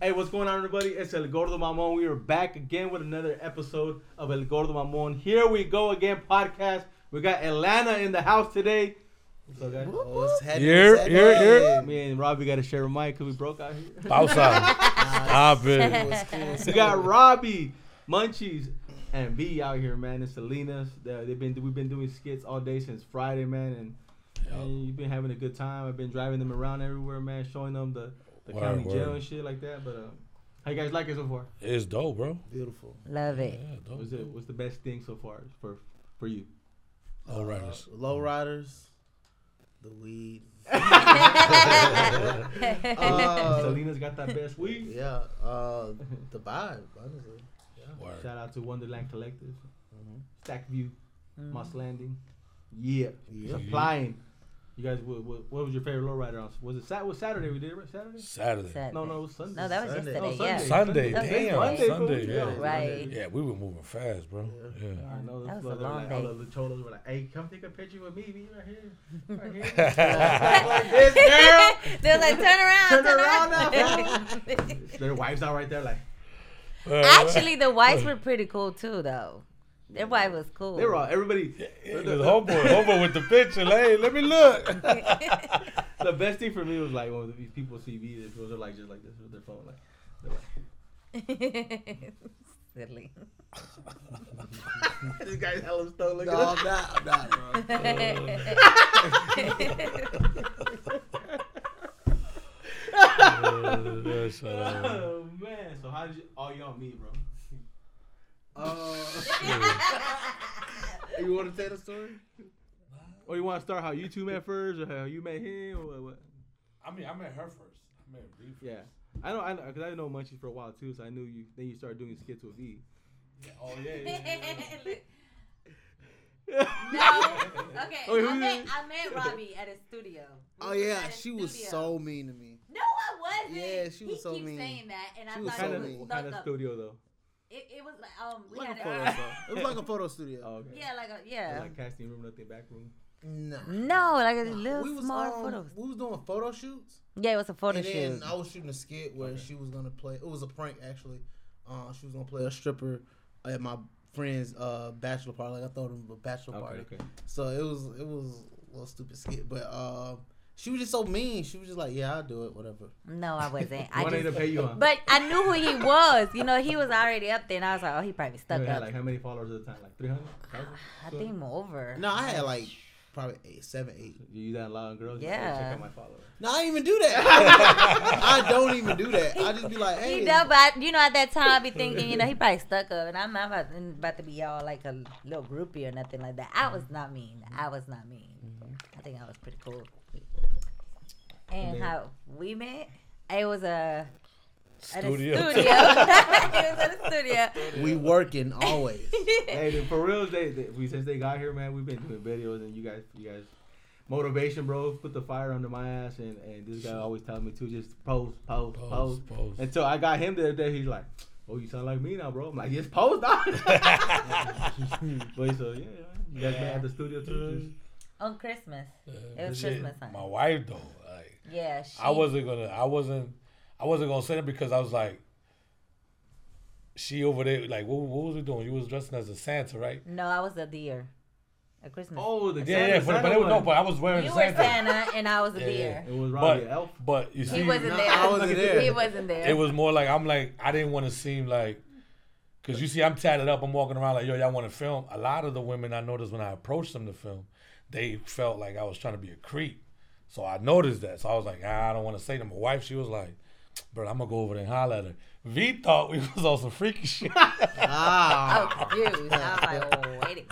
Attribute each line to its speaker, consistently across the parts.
Speaker 1: Hey, what's going on, everybody? It's El Gordo Mamon. We are back again with another episode of El Gordo Mamon. Here we go again, podcast. We got Atlanta in the house today. What's up, guys?
Speaker 2: Oh, what's happening?
Speaker 3: Here,
Speaker 2: What's
Speaker 3: here, here.
Speaker 2: happening?
Speaker 1: Me and Robbie got to share a mic because we broke out here.
Speaker 3: Pausa. Stop it.
Speaker 2: What's cool, what's
Speaker 1: We
Speaker 2: cool?
Speaker 1: got Robbie, Munchies, and B out here, man. And Salinas. They- They've been we've been doing skits all day since Friday, man. And, and you've been having a good time. I've been driving them around everywhere, man, showing them the, the
Speaker 3: Word,
Speaker 1: county jail
Speaker 3: word.
Speaker 1: and shit like that. But um, how you guys like it so far?
Speaker 3: It's dope, bro.
Speaker 2: beautiful.
Speaker 4: Love it.
Speaker 3: Yeah, dope.
Speaker 1: What's it? What's the best thing so far for for you?
Speaker 3: All right.
Speaker 2: Low riders, the weed. uh,
Speaker 1: Selena's got that best weed.
Speaker 2: yeah, uh, the vibe, honestly.
Speaker 3: Word.
Speaker 1: Shout out to Wonderland Collective, Stackview,
Speaker 4: Mm.
Speaker 1: Moss Landing. Yeah,
Speaker 2: Yeah.
Speaker 1: applying. You guys, what, what, what was your favorite lowrider on? Was it Sat? Was Saturday we did right? Saturday?
Speaker 3: Saturday.
Speaker 1: No, no, it was Sunday.
Speaker 4: No, that was
Speaker 2: Sunday.
Speaker 4: yesterday.
Speaker 1: Oh,
Speaker 4: yeah.
Speaker 3: Sunday.
Speaker 4: That was
Speaker 3: Damn.
Speaker 1: Monday,
Speaker 3: Sunday.
Speaker 1: fool.
Speaker 3: yeah.
Speaker 4: Right.
Speaker 3: Yeah, we were moving fast, bro. Yeah.
Speaker 1: I know
Speaker 4: That
Speaker 1: that's
Speaker 4: was a
Speaker 1: why
Speaker 4: long
Speaker 1: like,
Speaker 4: day.
Speaker 1: All of the cholos were like, "Hey, come take a picture with me, me right here, right here." like this girl.
Speaker 4: They're like, turn around,
Speaker 1: Turn
Speaker 4: turn,
Speaker 1: around
Speaker 4: around.
Speaker 1: now, Their wives out right there, like
Speaker 4: Actually, the wives were pretty cool too, though. Their wife was cool.
Speaker 1: they were all everybody.
Speaker 3: it was homeboy, homeboy with the picture. Like, hey, let me look.
Speaker 1: the best thing for me was like when these people see me, these girls are like just like this with their phone, like they're like,
Speaker 4: Silly.
Speaker 1: this guy's hella stoned. Look
Speaker 2: No,
Speaker 1: at
Speaker 2: I'm not, I'm not, bro.
Speaker 3: Yeah, shut
Speaker 1: this.
Speaker 3: up.
Speaker 1: Oh man, so how did you, all y'all meet, bro?
Speaker 2: Uh, you want to tell the story?
Speaker 1: Or Oh, you want to start how you two met first, or how you met him, or what? what?
Speaker 3: I mean, I met her first. I met B first.
Speaker 1: Yeah, I know, I know, cause I know Munchies for a while too, so I knew you. Then you started doing skits with E.
Speaker 3: Oh, yeah, yeah, yeah.
Speaker 4: no. Okay.
Speaker 1: Oh,
Speaker 4: I,
Speaker 1: who-
Speaker 4: met, I met Robbie at a studio. We
Speaker 2: Oh
Speaker 4: was
Speaker 2: yeah,
Speaker 4: at a
Speaker 2: she was
Speaker 4: studio.
Speaker 2: so mean to me.
Speaker 4: No, I wasn't.
Speaker 2: Yeah, she was
Speaker 4: he
Speaker 2: so
Speaker 4: keeps
Speaker 2: mean.
Speaker 4: saying that, and
Speaker 2: She
Speaker 4: I
Speaker 2: was
Speaker 4: thought
Speaker 2: so
Speaker 1: Kind
Speaker 4: it
Speaker 2: mean.
Speaker 4: was
Speaker 1: of, kind
Speaker 4: fucked
Speaker 1: of
Speaker 4: up.
Speaker 1: studio though.
Speaker 4: It, it was like um, we
Speaker 2: Like
Speaker 4: had
Speaker 2: a
Speaker 4: a,
Speaker 2: photo, studio. it was like a photo studio.
Speaker 1: Oh, okay.
Speaker 4: yeah, like a
Speaker 1: It was
Speaker 4: yeah.
Speaker 1: Like casting room, nothing back room.
Speaker 2: No.
Speaker 4: no, like a little
Speaker 2: We was,
Speaker 4: small
Speaker 2: um,
Speaker 4: photos.
Speaker 2: we was doing photo shoots.
Speaker 4: Yeah, it was a photo
Speaker 2: and
Speaker 4: shoot.
Speaker 2: then I was shooting a skit where she was gonna play. It was a prank actually. Uh, she was gonna play a stripper at my friend's uh, bachelor party. Like I thought it was a bachelor
Speaker 1: Okay,
Speaker 2: party.
Speaker 1: okay.
Speaker 2: So it was it was a little stupid skit, but uh, she was just so mean. She was just like, "Yeah, I'll do it, whatever."
Speaker 4: No, I wasn't. I
Speaker 1: What ain't to
Speaker 4: just,
Speaker 1: pay you on?
Speaker 4: but I knew who he was. You know, he was already up there, and I was like, oh, he probably
Speaker 1: You
Speaker 4: stuck
Speaker 1: had
Speaker 4: up.
Speaker 1: like how many followers at the time? Like 300?
Speaker 4: I think I'm over.
Speaker 2: No, I had like probably eight, seven, eight.
Speaker 1: You that loud girls? you say, Check
Speaker 4: Yeah.
Speaker 1: out my followers.
Speaker 2: No, I didn't even do that. I don't even do that. I just be like, "Hey."
Speaker 4: He done, but I- you know, at that time, I be thinking, you know, he probably stuck up, and I'm not about, I'm about to be y'all like a little groupie or nothing like that. I was not mean. I was not mean. I think I was pretty cool. And
Speaker 1: then-
Speaker 4: how we met, it was a at a
Speaker 3: Studio.
Speaker 4: studio. it was at a studio.
Speaker 2: we working always.
Speaker 1: hey, dude, for real, they, they we since they got here, man, we've been doing videos, and you guys, you guys, motivation, bro, put the fire under my ass, and and this guy always telling me to just post, post, post,
Speaker 3: Post, post.
Speaker 1: Until I got him the other day, he's like, "Oh, you sound like me now, bro." I'm like, "Just post on." but so yeah, you guys been at the studio too.
Speaker 4: On Christmas.
Speaker 3: Yeah,
Speaker 4: It was
Speaker 3: shit,
Speaker 4: Christmas time.
Speaker 3: My wife, though, like,
Speaker 4: Yeah. She,
Speaker 3: I wasn't gonna. I wasn't. I wasn't gonna say that because I was like, she over there. Like, what, what was we doing? You was dressing as a Santa, right?
Speaker 4: No, I was a deer. A Christmas.
Speaker 1: Oh, the
Speaker 3: Yeah,
Speaker 1: Santa,
Speaker 3: yeah. But,
Speaker 1: Santa
Speaker 3: but it was, no,
Speaker 1: one.
Speaker 3: but I was wearing
Speaker 4: you
Speaker 3: the
Speaker 4: were
Speaker 3: Santa.
Speaker 4: Santa and I was a
Speaker 3: Yeah,
Speaker 4: deer.
Speaker 1: it was Robbie
Speaker 3: But
Speaker 1: the Elf.
Speaker 3: but you
Speaker 4: He
Speaker 3: see,
Speaker 4: wasn't
Speaker 2: Nah,
Speaker 4: there.
Speaker 2: I wasn't there.
Speaker 4: He wasn't there.
Speaker 3: it was more like I'm like I didn't want to seem like, cause you see I'm tatted up. I'm walking around like yo, y'all want to film. A lot of the women I noticed when I approached them to film, they felt like I was trying to be a creep. So I noticed that. So I was like, ah, I don't want to say to my wife. She was like, bro, I'm gonna go over there and holler at her. V thought we was on some freaky shit.
Speaker 2: ah,
Speaker 4: I was Oh, confused. I was like, oh, wait.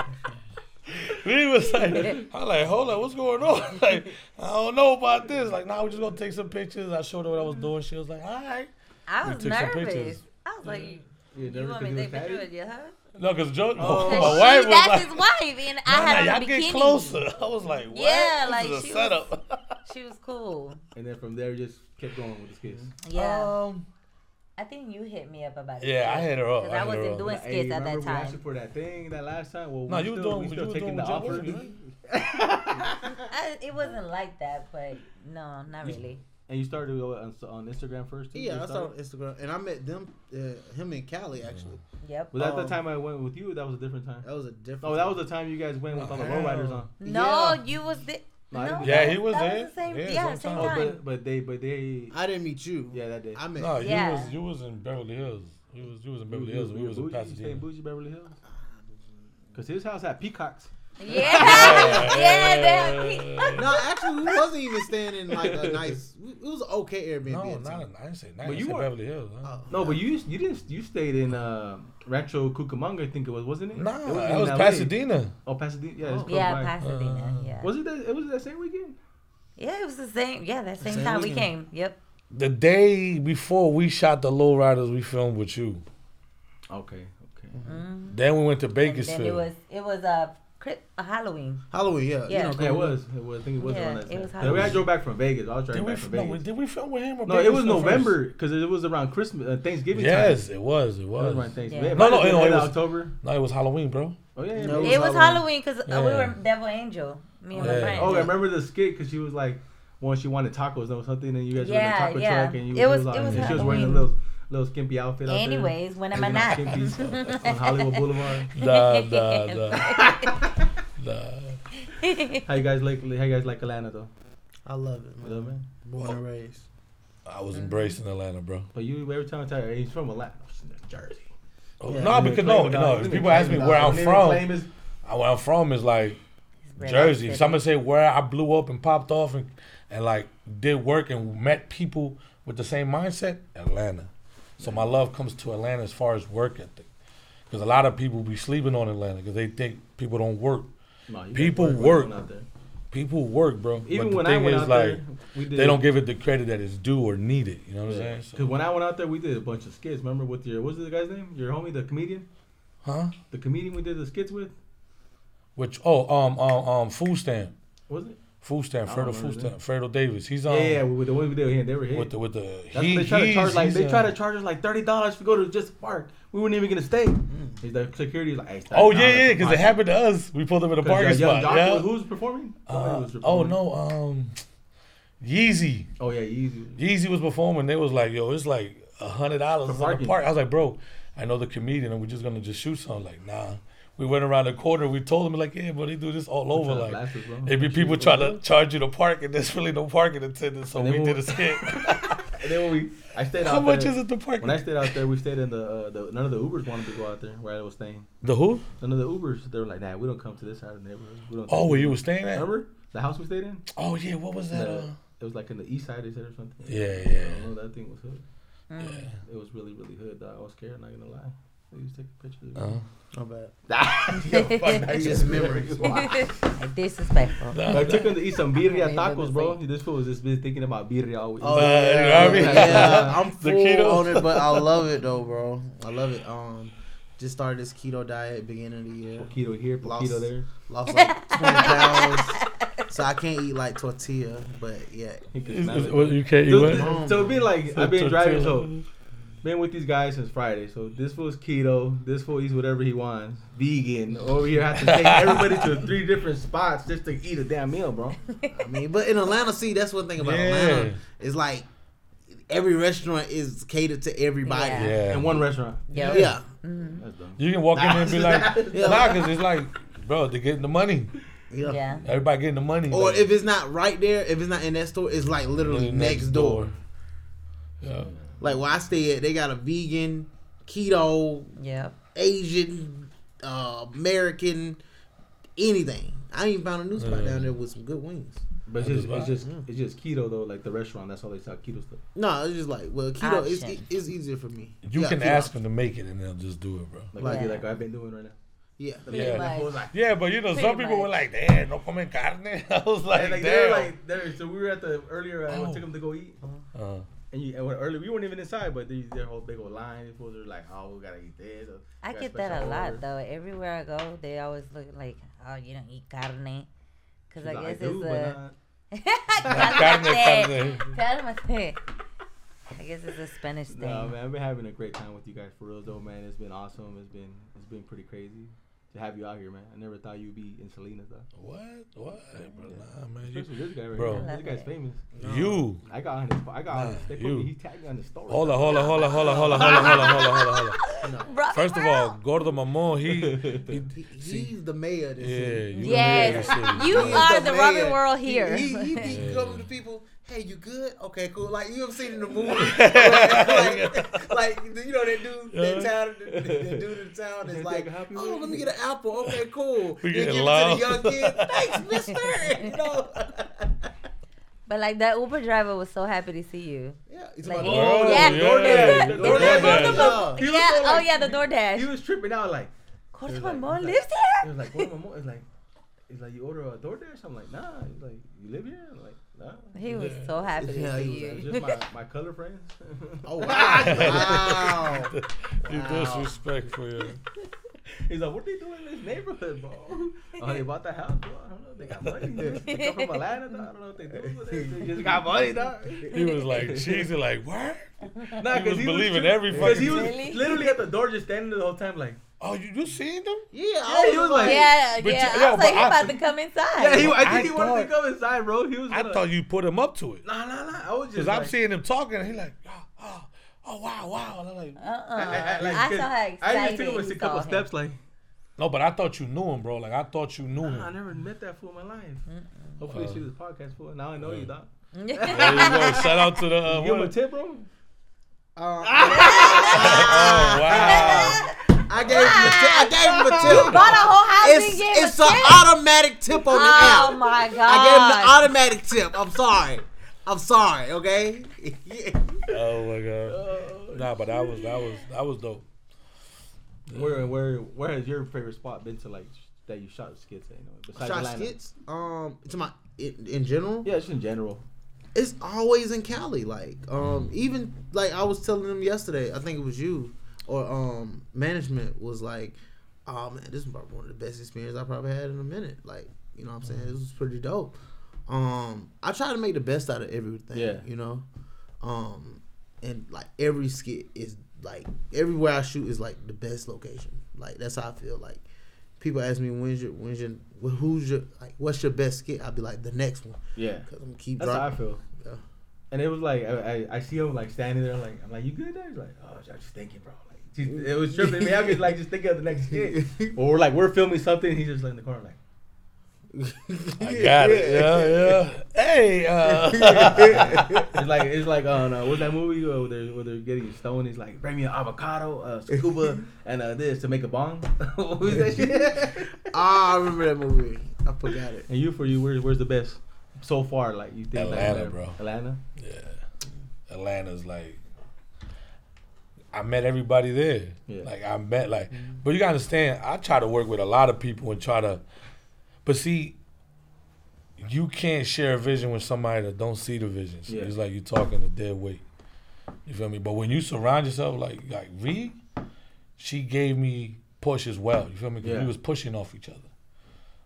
Speaker 3: We was like, I'm like, hold on, what's going on? Like, I don't know about this. Like, now nah, we're just gonna take some pictures. I showed her what I was doing. She was like, all right.
Speaker 4: I
Speaker 3: We
Speaker 4: was
Speaker 3: took some
Speaker 4: nervous.
Speaker 3: pictures.
Speaker 4: I was like, you,
Speaker 1: yeah,
Speaker 4: you want me to take picture
Speaker 1: never
Speaker 4: with you, huh?
Speaker 3: No, cause Joe,
Speaker 1: Oh.
Speaker 3: my
Speaker 4: 'Cause she-
Speaker 3: wife was
Speaker 4: that's
Speaker 3: like,
Speaker 4: his wife, and I
Speaker 3: nah,
Speaker 4: had
Speaker 3: nah,
Speaker 4: on a
Speaker 3: y'all get
Speaker 4: bikini.
Speaker 3: closer. I was like, what?
Speaker 4: Yeah,
Speaker 3: this is
Speaker 4: like,
Speaker 3: a
Speaker 4: she was-
Speaker 3: setup.
Speaker 4: She was cool.
Speaker 1: and then from there, just kept going with the skits.
Speaker 4: Yeah.
Speaker 3: Um,
Speaker 4: I think you hit me up about it.
Speaker 3: yeah, I hit her up. I
Speaker 4: Because I
Speaker 3: hit her
Speaker 4: wasn't
Speaker 3: up.
Speaker 4: doing
Speaker 1: Like, hey,
Speaker 4: skits at
Speaker 1: remember
Speaker 4: that
Speaker 1: we asked you
Speaker 4: time.
Speaker 1: for that thing that last time. Well,
Speaker 3: No,
Speaker 1: we
Speaker 3: you were
Speaker 1: still,
Speaker 3: doing,
Speaker 1: we
Speaker 3: you
Speaker 1: still
Speaker 3: were
Speaker 1: taking
Speaker 3: doing
Speaker 1: the
Speaker 3: with John
Speaker 1: offer.
Speaker 3: Wick, right?
Speaker 4: I, it wasn't like that, but no, not really.
Speaker 1: And you started to go on, on Instagram first? too? You
Speaker 2: Yeah, I saw on Instagram, and I met them, uh, him and Cali actually.
Speaker 1: Mm.
Speaker 4: Yep.
Speaker 1: Was that the
Speaker 2: um,
Speaker 1: time I went with you? Or that was a different time.
Speaker 2: That was a different.
Speaker 1: Oh, that was the time you guys went with all the
Speaker 3: Wow.
Speaker 1: lowriders on.
Speaker 4: No,
Speaker 2: Yeah.
Speaker 4: you was the.
Speaker 1: No, I
Speaker 4: No,
Speaker 1: didn't-
Speaker 3: Yeah,
Speaker 4: that
Speaker 3: he was
Speaker 4: that
Speaker 3: there.
Speaker 4: Was the same,
Speaker 3: Yeah,
Speaker 4: yeah,
Speaker 3: same
Speaker 4: same
Speaker 3: time.
Speaker 1: Oh,
Speaker 4: time.
Speaker 1: but but they but they
Speaker 2: I didn't meet you.
Speaker 1: yeah that day.
Speaker 2: I met.
Speaker 3: No, you
Speaker 4: Yeah.
Speaker 3: was you was in Beverly Hills. You was you was in
Speaker 1: You-
Speaker 3: Beverly
Speaker 1: you-
Speaker 3: Hills. We
Speaker 1: you
Speaker 3: was in
Speaker 1: bougie? You stay in
Speaker 3: Pasadena.
Speaker 1: bougie Beverly Hills.
Speaker 2: Ah,
Speaker 1: Cause his house had peacocks.
Speaker 4: Yeah, yeah, that- he-
Speaker 2: no, actually, we wasn't even staying in like a nice. It was an okay Airbnb.
Speaker 3: No,
Speaker 2: at the
Speaker 3: not
Speaker 2: time.
Speaker 3: in, I didn't say nice.
Speaker 1: But
Speaker 3: I
Speaker 1: you
Speaker 3: said
Speaker 1: were-
Speaker 3: Beverly Hills. Huh?
Speaker 2: Oh.
Speaker 1: No, but you you didn't you stayed in uh, Rancho Cucamonga, I think it was, wasn't it?
Speaker 3: Nah,
Speaker 1: Oh. it
Speaker 3: that
Speaker 1: in
Speaker 3: was
Speaker 1: LA.
Speaker 3: Pasadena.
Speaker 1: Oh, Pasadena. Yeah, it's close
Speaker 4: yeah,
Speaker 1: by.
Speaker 4: Pasadena.
Speaker 3: Uh,
Speaker 4: yeah.
Speaker 1: Was it that? It was that same weekend.
Speaker 4: yeah, it was the same. Yeah, that same,
Speaker 2: Same
Speaker 4: time we
Speaker 2: weekend.
Speaker 4: came. Yep.
Speaker 3: The day before we shot the Lowriders, we filmed with you.
Speaker 1: Okay, okay.
Speaker 3: Then we went to
Speaker 4: Mm-hmm. And then it
Speaker 3: Bakersfield.
Speaker 4: was it was a, cri- a Halloween.
Speaker 2: Halloween, yeah.
Speaker 4: Yeah.
Speaker 1: Yeah, it was. It was. I think it was
Speaker 4: Yeah,
Speaker 1: around that
Speaker 4: it
Speaker 1: time.
Speaker 4: was
Speaker 1: Yeah, we I
Speaker 4: Halloween.
Speaker 1: drove back from Vegas. I was
Speaker 3: did
Speaker 1: driving
Speaker 3: we,
Speaker 1: back from
Speaker 3: no,
Speaker 1: Vegas.
Speaker 3: did we film with him? Or
Speaker 1: No, it was
Speaker 3: Bakersfield first?
Speaker 1: November because it was around Christmas, uh, Thanksgiving.
Speaker 3: Yes,
Speaker 1: time.
Speaker 3: it was. It
Speaker 1: it was around
Speaker 3: was.
Speaker 1: Thanksgiving.
Speaker 4: Yeah.
Speaker 1: It
Speaker 3: No,
Speaker 1: might
Speaker 3: no,
Speaker 1: have been
Speaker 3: no, it
Speaker 1: end of
Speaker 3: was-
Speaker 1: October.
Speaker 3: No, it was Halloween, bro.
Speaker 1: Oh yeah, yeah.
Speaker 2: No,
Speaker 1: maybe.
Speaker 4: It was Halloween because we
Speaker 3: Yeah.
Speaker 4: were Devil Angel. Me and my
Speaker 3: Yeah.
Speaker 4: friend.
Speaker 1: Oh, I remember the skit because she was like, once she wanted tacos or something, and you guys were
Speaker 4: Yeah,
Speaker 1: in a taco
Speaker 4: yeah.
Speaker 1: truck, and you
Speaker 4: It was-
Speaker 1: she
Speaker 4: it was
Speaker 1: and she was wearing a
Speaker 4: Halloween.
Speaker 1: little little skimpy outfit. Out
Speaker 4: Anyways, when am I
Speaker 1: there.
Speaker 4: not?
Speaker 1: Skimpies on Hollywood Boulevard.
Speaker 3: The the the, the
Speaker 1: How you guys like? How you guys like Atlanta though?
Speaker 2: I love it.
Speaker 1: You know
Speaker 2: Man. Oh.
Speaker 1: what I mean?
Speaker 2: Born and raised.
Speaker 3: I was embracing Atlanta, bro.
Speaker 1: But you every time I tell her he's from Atlanta, she's from Jersey.
Speaker 3: Oh,
Speaker 2: Yeah,
Speaker 3: no,
Speaker 1: You
Speaker 3: because
Speaker 1: didn't
Speaker 3: no,
Speaker 1: claim it, dog.
Speaker 3: no.
Speaker 1: You
Speaker 3: If
Speaker 1: didn't
Speaker 3: people ask me
Speaker 1: claim it,
Speaker 3: where
Speaker 1: dog.
Speaker 3: I'm
Speaker 1: You didn't
Speaker 3: from,
Speaker 1: claim his-
Speaker 3: I- where I'm from is like
Speaker 4: Red Rock
Speaker 3: Jersey.
Speaker 4: City.
Speaker 3: If somebody say where I blew up and popped off and, and like did work and met people with the same mindset, Atlanta. So my love comes to Atlanta as far as work ethic, because a lot of people be sleeping on Atlanta because they think people don't work.
Speaker 1: No, you
Speaker 3: People
Speaker 1: guys when you went
Speaker 3: work.
Speaker 1: out there.
Speaker 3: People work, bro.
Speaker 1: Even
Speaker 3: but the
Speaker 1: when I
Speaker 3: thing
Speaker 1: went
Speaker 3: is,
Speaker 1: out
Speaker 3: like,
Speaker 1: there, we did.
Speaker 3: they don't give it the credit that it's due or needed. You know what I'm saying?
Speaker 1: Because
Speaker 3: So,
Speaker 1: when I went out there, we did a bunch of skits. Remember with your what's the guy's name? Your homie, the comedian,
Speaker 3: huh?
Speaker 1: the comedian we did the skits with.
Speaker 3: Which oh um um um food stamp,
Speaker 1: Was it?
Speaker 3: food stamp,
Speaker 1: I don't
Speaker 3: Fredo
Speaker 1: remember
Speaker 3: food stamp, Fredo Davis. He's on
Speaker 1: yeah, yeah, with the ones we did here, they were here.
Speaker 3: with the with the.
Speaker 1: That's
Speaker 3: he-
Speaker 1: what they try to
Speaker 3: he's-
Speaker 1: charge like
Speaker 3: he's uh,
Speaker 1: they try to
Speaker 3: a-
Speaker 1: charge us like thirty dollars to go to just park. We weren't even gonna stay. He's like security's like, hey, it's
Speaker 3: Mm. Oh
Speaker 1: $30
Speaker 3: yeah, yeah,
Speaker 1: to
Speaker 3: because
Speaker 1: park.
Speaker 3: it happened to us. We pulled up at a
Speaker 1: 'Cause, uh,
Speaker 3: parking
Speaker 1: Young
Speaker 3: spot.
Speaker 1: Jock
Speaker 3: yeah.
Speaker 1: was- who was performing? Somebody
Speaker 3: Uh,
Speaker 1: was
Speaker 3: oh
Speaker 1: performing.
Speaker 3: no, um, Yeezy.
Speaker 1: Oh yeah, easy.
Speaker 3: Yeezy was performing. They was like, "Yo, it's like a hundred dollars
Speaker 1: For
Speaker 3: on the
Speaker 1: parking.
Speaker 3: park." I was like, "Bro, I know the comedian, and we're just gonna just shoot something." Like, nah. We went around the corner. We told them like, "Yeah, but they do this all over.
Speaker 1: trying to
Speaker 3: Like,
Speaker 1: blast us, bro.
Speaker 3: it be
Speaker 1: Shoot
Speaker 3: people
Speaker 1: us,
Speaker 3: trying
Speaker 1: bro.
Speaker 3: to charge you to park, and there's really no parking attendants. So
Speaker 1: And then
Speaker 3: we
Speaker 1: we'll-
Speaker 3: did a skit.
Speaker 1: And then when we, I stayed out
Speaker 3: How much
Speaker 1: there.
Speaker 3: is it to park?
Speaker 1: When I stayed out there, we stayed in the, uh, the none of the Ubers wanted to go out there where I was staying.
Speaker 3: The who?
Speaker 1: None of the Ubers, they were like, nah, we don't come to this side of the neighborhood. We don't
Speaker 3: Oh, where you were staying at?
Speaker 1: remember the house we stayed in?
Speaker 3: Oh yeah, what was that?
Speaker 1: The-
Speaker 3: Uh,
Speaker 1: it was like in the east side, they said or something.
Speaker 3: yeah,
Speaker 1: I
Speaker 3: yeah.
Speaker 1: don't know, that thing was hood.
Speaker 3: yeah.
Speaker 1: It was really, really hood. Dog. I was scared. Not gonna lie. They used to take pictures.
Speaker 3: Uh-huh.
Speaker 2: Not bad.
Speaker 1: It's
Speaker 2: just memories.
Speaker 4: Disrespectful.
Speaker 1: I took him to eat some birria
Speaker 4: I don't even
Speaker 1: tacos, bro. This fool was just been thinking about birria all week.
Speaker 2: Oh,
Speaker 3: Uh,
Speaker 2: yeah,
Speaker 3: you know what I mean?
Speaker 2: yeah, I'm
Speaker 3: The
Speaker 2: full
Speaker 3: keto.
Speaker 2: on it, but I love it though, bro. I love it. Um, just started this keto diet beginning of the year.
Speaker 1: Poquito here,
Speaker 2: Lost.
Speaker 1: poquito there.
Speaker 2: Lost like 20 pounds, so I can't eat like tortilla. But yeah,
Speaker 1: He could
Speaker 3: Is-
Speaker 1: smell
Speaker 3: is-
Speaker 1: it.
Speaker 3: what, you can't eat
Speaker 1: Dude,
Speaker 3: what?
Speaker 1: th- So it been like I've been driving. So
Speaker 3: Tortilla.
Speaker 1: been with these guys since Friday. So this fool's keto. This fool eats whatever he wants. Vegan over here. Have to take everybody to three different spots just to eat a damn meal, bro.
Speaker 2: I mean, but in Atlanta, see, that's one thing about
Speaker 3: Yeah.
Speaker 2: Atlanta. It's like every restaurant is catered to everybody.
Speaker 4: Yeah.
Speaker 3: Yeah.
Speaker 1: In one restaurant.
Speaker 4: Yo.
Speaker 2: yeah.
Speaker 1: That's dumb.
Speaker 3: You can walk in there and be like,
Speaker 2: Yeah.
Speaker 3: nah, 'cause it's like, bro, they're getting the money.
Speaker 2: Yeah.
Speaker 4: Yeah.
Speaker 3: Everybody getting the money.
Speaker 2: Or
Speaker 3: like,
Speaker 2: if it's not right there, if it's not in that store, it's like literally
Speaker 3: the
Speaker 2: next, door.
Speaker 3: Yeah.
Speaker 2: Like where I stay at, they got a vegan, keto,
Speaker 4: Yep.
Speaker 2: Asian, uh, American, anything. I even found a new spot down there with some good wings.
Speaker 1: But it's just,
Speaker 3: That's
Speaker 1: it's just it's just keto though. Like the restaurant, that's all they sell keto stuff.
Speaker 2: No, it's just like well, keto is
Speaker 4: Option.
Speaker 2: it's easier for me.
Speaker 3: You
Speaker 2: Yeah,
Speaker 3: can
Speaker 2: keto.
Speaker 3: ask them to make it and they'll just do it, bro.
Speaker 1: Like I did,
Speaker 4: Yeah.
Speaker 1: like I've been doing right now.
Speaker 2: Yeah,
Speaker 4: Pretty
Speaker 3: Yeah.
Speaker 4: much.
Speaker 3: Yeah, but you know,
Speaker 4: Pretty
Speaker 3: some people were like,
Speaker 4: much.
Speaker 3: damn, no comen carne. I was like,
Speaker 1: And, like they
Speaker 3: damn.
Speaker 1: were like there. So we were at the earlier. I
Speaker 3: Oh.
Speaker 1: took them to go eat.
Speaker 3: uh,
Speaker 1: And you and when early we weren't even inside, but these their whole big old line. These fools are like, oh, we gotta eat this. or
Speaker 4: I
Speaker 1: we got
Speaker 4: get that a
Speaker 1: special
Speaker 4: lot
Speaker 1: order."
Speaker 4: though. Everywhere I go, they always look like, oh, you don't eat carne. Cause I
Speaker 1: She's like,
Speaker 4: guess
Speaker 1: do,
Speaker 4: it's
Speaker 1: but
Speaker 4: a
Speaker 1: not-
Speaker 3: carne,
Speaker 4: Cálmate.
Speaker 3: carne.
Speaker 4: Cálmate. I guess it's a Spanish thing.
Speaker 1: No man, I've been having a great time with you guys for real though, man. It's been awesome. It's been it's been pretty crazy. to have you out here, man. I never thought you'd be in Salinas though.
Speaker 3: What? What? Bro, nah, man. You,
Speaker 1: Especially this guy right
Speaker 3: Bro.
Speaker 1: here. This guy's famous.
Speaker 3: you.
Speaker 1: I got on his. I got on his. They put
Speaker 3: you.
Speaker 1: me, he tagged me on the story.
Speaker 3: Hold on, hold on, hold on, hold on, hold on, hold on, hold on, hold on, hold on, hold on.
Speaker 4: Bro-
Speaker 3: First of
Speaker 4: bro.
Speaker 3: all, Gordo Mamon, he, he
Speaker 2: He, he's the mayor of this
Speaker 3: yeah,
Speaker 2: city.
Speaker 3: you
Speaker 4: Yes,
Speaker 3: the mayor of the
Speaker 4: you
Speaker 3: city.
Speaker 2: He is
Speaker 4: are the Robin
Speaker 2: mayor.
Speaker 4: World
Speaker 2: He-
Speaker 4: here.
Speaker 2: He, he, be coming to people, hey, you good? Okay, cool. Like, you ever seen in the movie? like, like, you know, that dude, that, town, that, dude in the town is like,
Speaker 1: Happy
Speaker 2: oh,
Speaker 1: with
Speaker 2: let
Speaker 1: you."
Speaker 2: me get an apple. Okay, cool.
Speaker 3: We
Speaker 2: You
Speaker 3: get
Speaker 2: give
Speaker 3: love.
Speaker 2: it to the young kid. Thanks, mister. You know?
Speaker 4: But like that Uber driver was so happy to see you.
Speaker 2: yeah. He's
Speaker 4: Like,
Speaker 2: like,
Speaker 3: Oh,
Speaker 4: yeah,
Speaker 3: yeah,
Speaker 4: DoorDash.
Speaker 1: the
Speaker 4: DoorDash.
Speaker 3: DoorDash.
Speaker 4: DoorDash.
Speaker 1: He
Speaker 4: Yeah.
Speaker 1: was so
Speaker 4: Oh
Speaker 1: like-
Speaker 4: yeah, the DoorDash.
Speaker 1: He was tripping out like.
Speaker 4: Course
Speaker 1: was
Speaker 4: my
Speaker 1: like-
Speaker 4: mom
Speaker 1: he was
Speaker 4: lives
Speaker 1: It
Speaker 4: here.
Speaker 1: was like, what my mom? It's like, it's like you order a DoorDash. I'm like, nah. It's like you live here. I'm like, nah.
Speaker 4: He was so happy to
Speaker 2: Yeah,
Speaker 4: see
Speaker 2: he
Speaker 1: It's
Speaker 4: you.
Speaker 1: just my, my color friends.
Speaker 2: oh, wow. wow.
Speaker 3: You
Speaker 2: Wow.
Speaker 3: disrespectful, yeah.
Speaker 1: He's like, what they doing in this neighborhood, bro? Oh, they bought the house, bro. I don't know. They got money. They come from Atlanta, dog. I don't know what they do. But they, they just got money, dog.
Speaker 3: He was like cheesy, like what?
Speaker 1: Nah,
Speaker 3: He was believing
Speaker 1: tripping-
Speaker 3: every
Speaker 1: Cause
Speaker 3: fucking.
Speaker 1: he was
Speaker 4: Really?
Speaker 1: literally at the door, just standing the whole time, like.
Speaker 3: oh, you, you seen them?
Speaker 2: Yeah, I
Speaker 1: he was
Speaker 2: was like,
Speaker 1: like-
Speaker 4: Yeah,
Speaker 3: But
Speaker 4: yeah.
Speaker 3: you- yo,
Speaker 4: I was like,
Speaker 3: but
Speaker 4: he
Speaker 3: I-
Speaker 4: about to come inside.
Speaker 1: Yeah, he, I think
Speaker 3: I
Speaker 1: he wanted to
Speaker 3: thought-
Speaker 1: go inside, bro. He was.
Speaker 3: I
Speaker 1: gonna-
Speaker 3: thought you put him up to it,
Speaker 1: Nah, nah, nah. I was just.
Speaker 3: cause
Speaker 1: like,
Speaker 3: I'm seeing him talking, and he like, oh, oh, oh, wow, wow. And I'm like,
Speaker 4: Uh-uh.
Speaker 1: I, I, I, like,
Speaker 4: I
Speaker 1: cause
Speaker 4: saw how excited
Speaker 1: I just took him
Speaker 4: he
Speaker 1: a couple
Speaker 4: saw him.
Speaker 1: steps, like.
Speaker 3: no, but I thought you knew him, bro. Like I thought you knew
Speaker 1: Nah, I
Speaker 3: him.
Speaker 1: never met that fool in my life. Hopefully, she was a podcast fool. Now I know you, dog.
Speaker 3: There you go. Shout out to the.
Speaker 1: You
Speaker 3: Uh,
Speaker 1: give him a
Speaker 3: woman.
Speaker 1: tip, bro.
Speaker 2: uh,
Speaker 3: oh wow.
Speaker 2: I gave him a tip. I gave him a tip.
Speaker 4: You bought a whole house and
Speaker 2: It's
Speaker 4: gave a
Speaker 2: it's an
Speaker 4: tip?
Speaker 2: automatic tip on the
Speaker 4: Oh
Speaker 2: app.
Speaker 4: my god.
Speaker 2: I gave him the automatic tip. I'm sorry. I'm sorry. Okay.
Speaker 3: Oh my
Speaker 1: Oh,
Speaker 3: god. Nah, but that was that was that was dope.
Speaker 1: Where where where has your favorite spot been to like sh- that you shot skits at? You know, besides
Speaker 2: Shot
Speaker 1: Atlanta?
Speaker 2: skits. Um, to my in, in general,
Speaker 1: Yeah, just in general.
Speaker 2: it's always in Cali. Like, um,
Speaker 1: Mm.
Speaker 2: even like I was telling them yesterday. I think it was you or um management was like, "Oh man, this is probably one of the best experiences I probably had in a minute." Like, you know, what I'm
Speaker 1: Mm.
Speaker 2: saying this was pretty dope. Um, I try to make the best out of everything.
Speaker 1: Yeah.
Speaker 2: You know, um, and like every skit is like everywhere I shoot is like the best location. Like that's how I feel. Like people ask me when's your when's your who's your like what's your best skit? I'll be like the next one
Speaker 1: Yeah,
Speaker 2: because I'm keep
Speaker 1: that's how I
Speaker 2: dropping.
Speaker 1: feel.
Speaker 2: Yeah.
Speaker 1: And it was like I, I, I see him like standing there, like I'm like, you good? There? He's like, oh, I'm just thinking, bro. Like geez, it was tripping me. I was like just thinking of the next skit, or we're like we're filming something. And he's just like in the corner, like
Speaker 3: I got it. Yeah, yeah. Hey, uh,
Speaker 1: it's like it's like on uh, what's that movie where they're, where they're getting stoned? He's like, bring me an avocado, uh, scuba, and uh, this to make a bong. what was that shit?
Speaker 2: Ah, I remember that movie. I forgot it.
Speaker 1: And you for you, where's where's the best so far? Like you think like,
Speaker 3: Atlanta,
Speaker 1: whatever.
Speaker 3: bro.
Speaker 1: Atlanta.
Speaker 3: Atlanta's like I met everybody there.
Speaker 1: Yeah.
Speaker 3: Like I met like but you gotta understand, I try to work with a lot of people and try to but see you can't share a vision with somebody that don't see the vision. So
Speaker 1: Yeah.
Speaker 3: It's like you talking a dead weight. You feel me? But when you surround yourself like like Reed, she gave me push as well. You feel me? 'Cause
Speaker 1: Yeah.
Speaker 3: we was pushing off each other.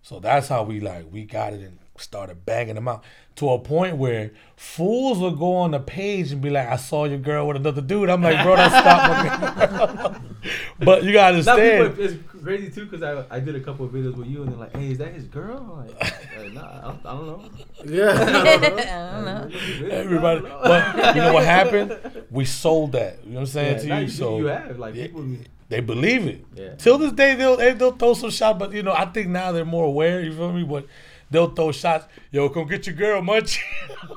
Speaker 3: So that's how we like we got it and started banging them out to a point where fools will go on the page and be like, "I saw your girl with another dude." I'm like, "Bro, that's not my girl." but you gotta
Speaker 1: Now people,
Speaker 3: understand.
Speaker 1: it's crazy too because I, I did a couple of videos with you and they're like, hey, is that his girl? I'm like, uh, nah, I don't, I don't know.
Speaker 2: Yeah.
Speaker 4: I don't know.
Speaker 3: Everybody, but you know what happened? We sold that. You know what I'm saying
Speaker 1: Yeah,
Speaker 3: to
Speaker 1: now
Speaker 3: you.
Speaker 1: you,
Speaker 3: so
Speaker 1: you have like
Speaker 3: Yeah.
Speaker 1: people.
Speaker 3: they believe it.
Speaker 1: Yeah.
Speaker 3: Till this day, they'll they- they'll throw some shot, but you know, I think now they're more aware. You feel me? But they'll throw shots. Yo, come get your girl, much.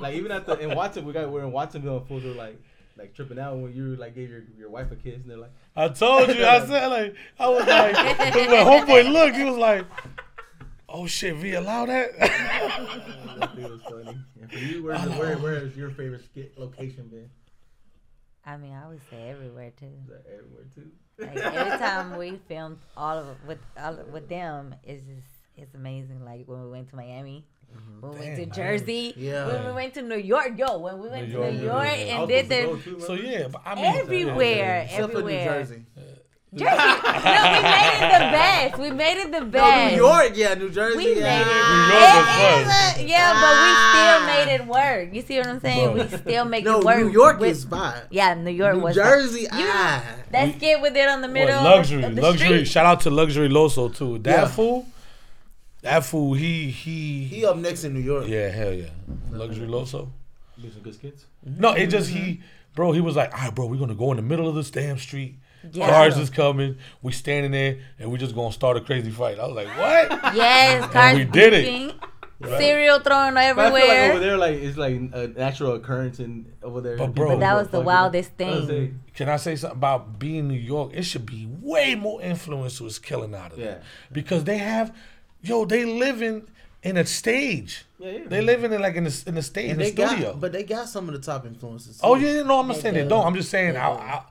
Speaker 1: Like even at the in Watson, we got we're in Watsonville. and Fools are like like tripping out when you like gave your, your wife a kiss and they're like,
Speaker 3: I told you. I said like I was like when homeboy looked, he was like, "Oh shit, we allow that?"
Speaker 1: "Oh, that dude was funny. And for you, where's the, where where has your favorite skit location been?
Speaker 4: I mean, I would say everywhere too.
Speaker 1: Like, everywhere too.
Speaker 4: Like every time we filmed all of with all of- with them, it's just it's amazing. Like when we went to Miami, when we went
Speaker 3: Damn,
Speaker 4: to Jersey,
Speaker 2: Yeah.
Speaker 4: when we went to New York, yo, when we went
Speaker 3: New
Speaker 4: to
Speaker 3: York,
Speaker 4: New
Speaker 3: yeah.
Speaker 4: York
Speaker 1: I
Speaker 4: and
Speaker 1: was
Speaker 4: did
Speaker 1: supposed to
Speaker 4: the
Speaker 1: go, too,
Speaker 3: so
Speaker 1: remember?
Speaker 3: yeah, but I mean,
Speaker 4: everywhere,
Speaker 2: Except for New
Speaker 4: everywhere.
Speaker 2: Jersey.
Speaker 4: Jersey. no, we made it the best. We made it the
Speaker 2: Oh,
Speaker 4: best.
Speaker 2: New York, yeah, New Jersey.
Speaker 4: We
Speaker 2: yeah.
Speaker 4: made it.
Speaker 3: New York was
Speaker 4: It is
Speaker 3: fun.
Speaker 4: a- yeah, but we still made it work. You see what I'm saying?
Speaker 3: Bro.
Speaker 4: We still make
Speaker 2: No,
Speaker 4: it work.
Speaker 2: New York
Speaker 4: with-
Speaker 2: is fine.
Speaker 4: Yeah, New York
Speaker 2: New
Speaker 4: was.
Speaker 2: Jersey,
Speaker 4: You-
Speaker 2: ah.
Speaker 4: That skit we did on the middle.
Speaker 3: Well,
Speaker 4: of the-
Speaker 3: luxury,
Speaker 4: of the
Speaker 3: luxury.
Speaker 4: street.
Speaker 3: Shout out to luxury Loso too. That
Speaker 2: Yeah.
Speaker 3: fool, that fool. He he.
Speaker 2: He up next in New York.
Speaker 3: yeah, hell yeah. Luxury Loso.
Speaker 1: Be some good skits.
Speaker 3: No, it just he, bro. He was like, all right, bro. We're gonna go in the middle of this damn street.
Speaker 4: Yeah.
Speaker 3: Cars is coming. We standing there, and we just gonna start a crazy fight. I was like, what?
Speaker 4: Yes, cars
Speaker 3: we did it.
Speaker 4: beeping, Cereal thrown
Speaker 1: But I feel like over
Speaker 4: everywhere.
Speaker 1: there, like it's like a natural occurrence in over there.
Speaker 3: But
Speaker 1: People
Speaker 3: bro- But
Speaker 4: that
Speaker 1: go
Speaker 4: was the
Speaker 1: fucking-
Speaker 4: wildest
Speaker 1: I was
Speaker 4: thing.
Speaker 1: saying,
Speaker 3: Can I say something about being in New York? It should be way more influence was killing out of
Speaker 1: Yeah.
Speaker 3: there because they have, yo, they living in a stage.
Speaker 1: Yeah, yeah.
Speaker 3: They living in like in a, in a stage, in
Speaker 2: And they
Speaker 3: a studio.
Speaker 2: got, but they got some of the top influences.
Speaker 3: Oh
Speaker 2: too.
Speaker 3: yeah, no, I'm not
Speaker 4: They
Speaker 3: saying they
Speaker 4: do.
Speaker 3: don't. I'm just saying
Speaker 4: They
Speaker 3: I,
Speaker 4: do.
Speaker 3: I,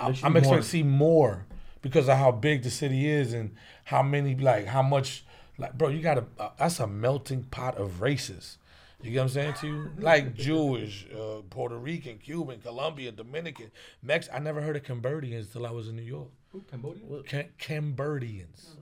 Speaker 3: I,
Speaker 1: They should
Speaker 3: I'm
Speaker 1: be
Speaker 3: expecting
Speaker 1: more.
Speaker 3: to see more because of how big the city is and how many like how much like bro, you got a uh, that's a melting pot of races. You get what I'm saying to you? Like Jewish, uh, Puerto Rican, Cuban, Colombian, Dominican, Mex. I never heard of Cambodians till I was in New York.
Speaker 1: Ooh, Cambodia.
Speaker 3: Ca- Cambodians.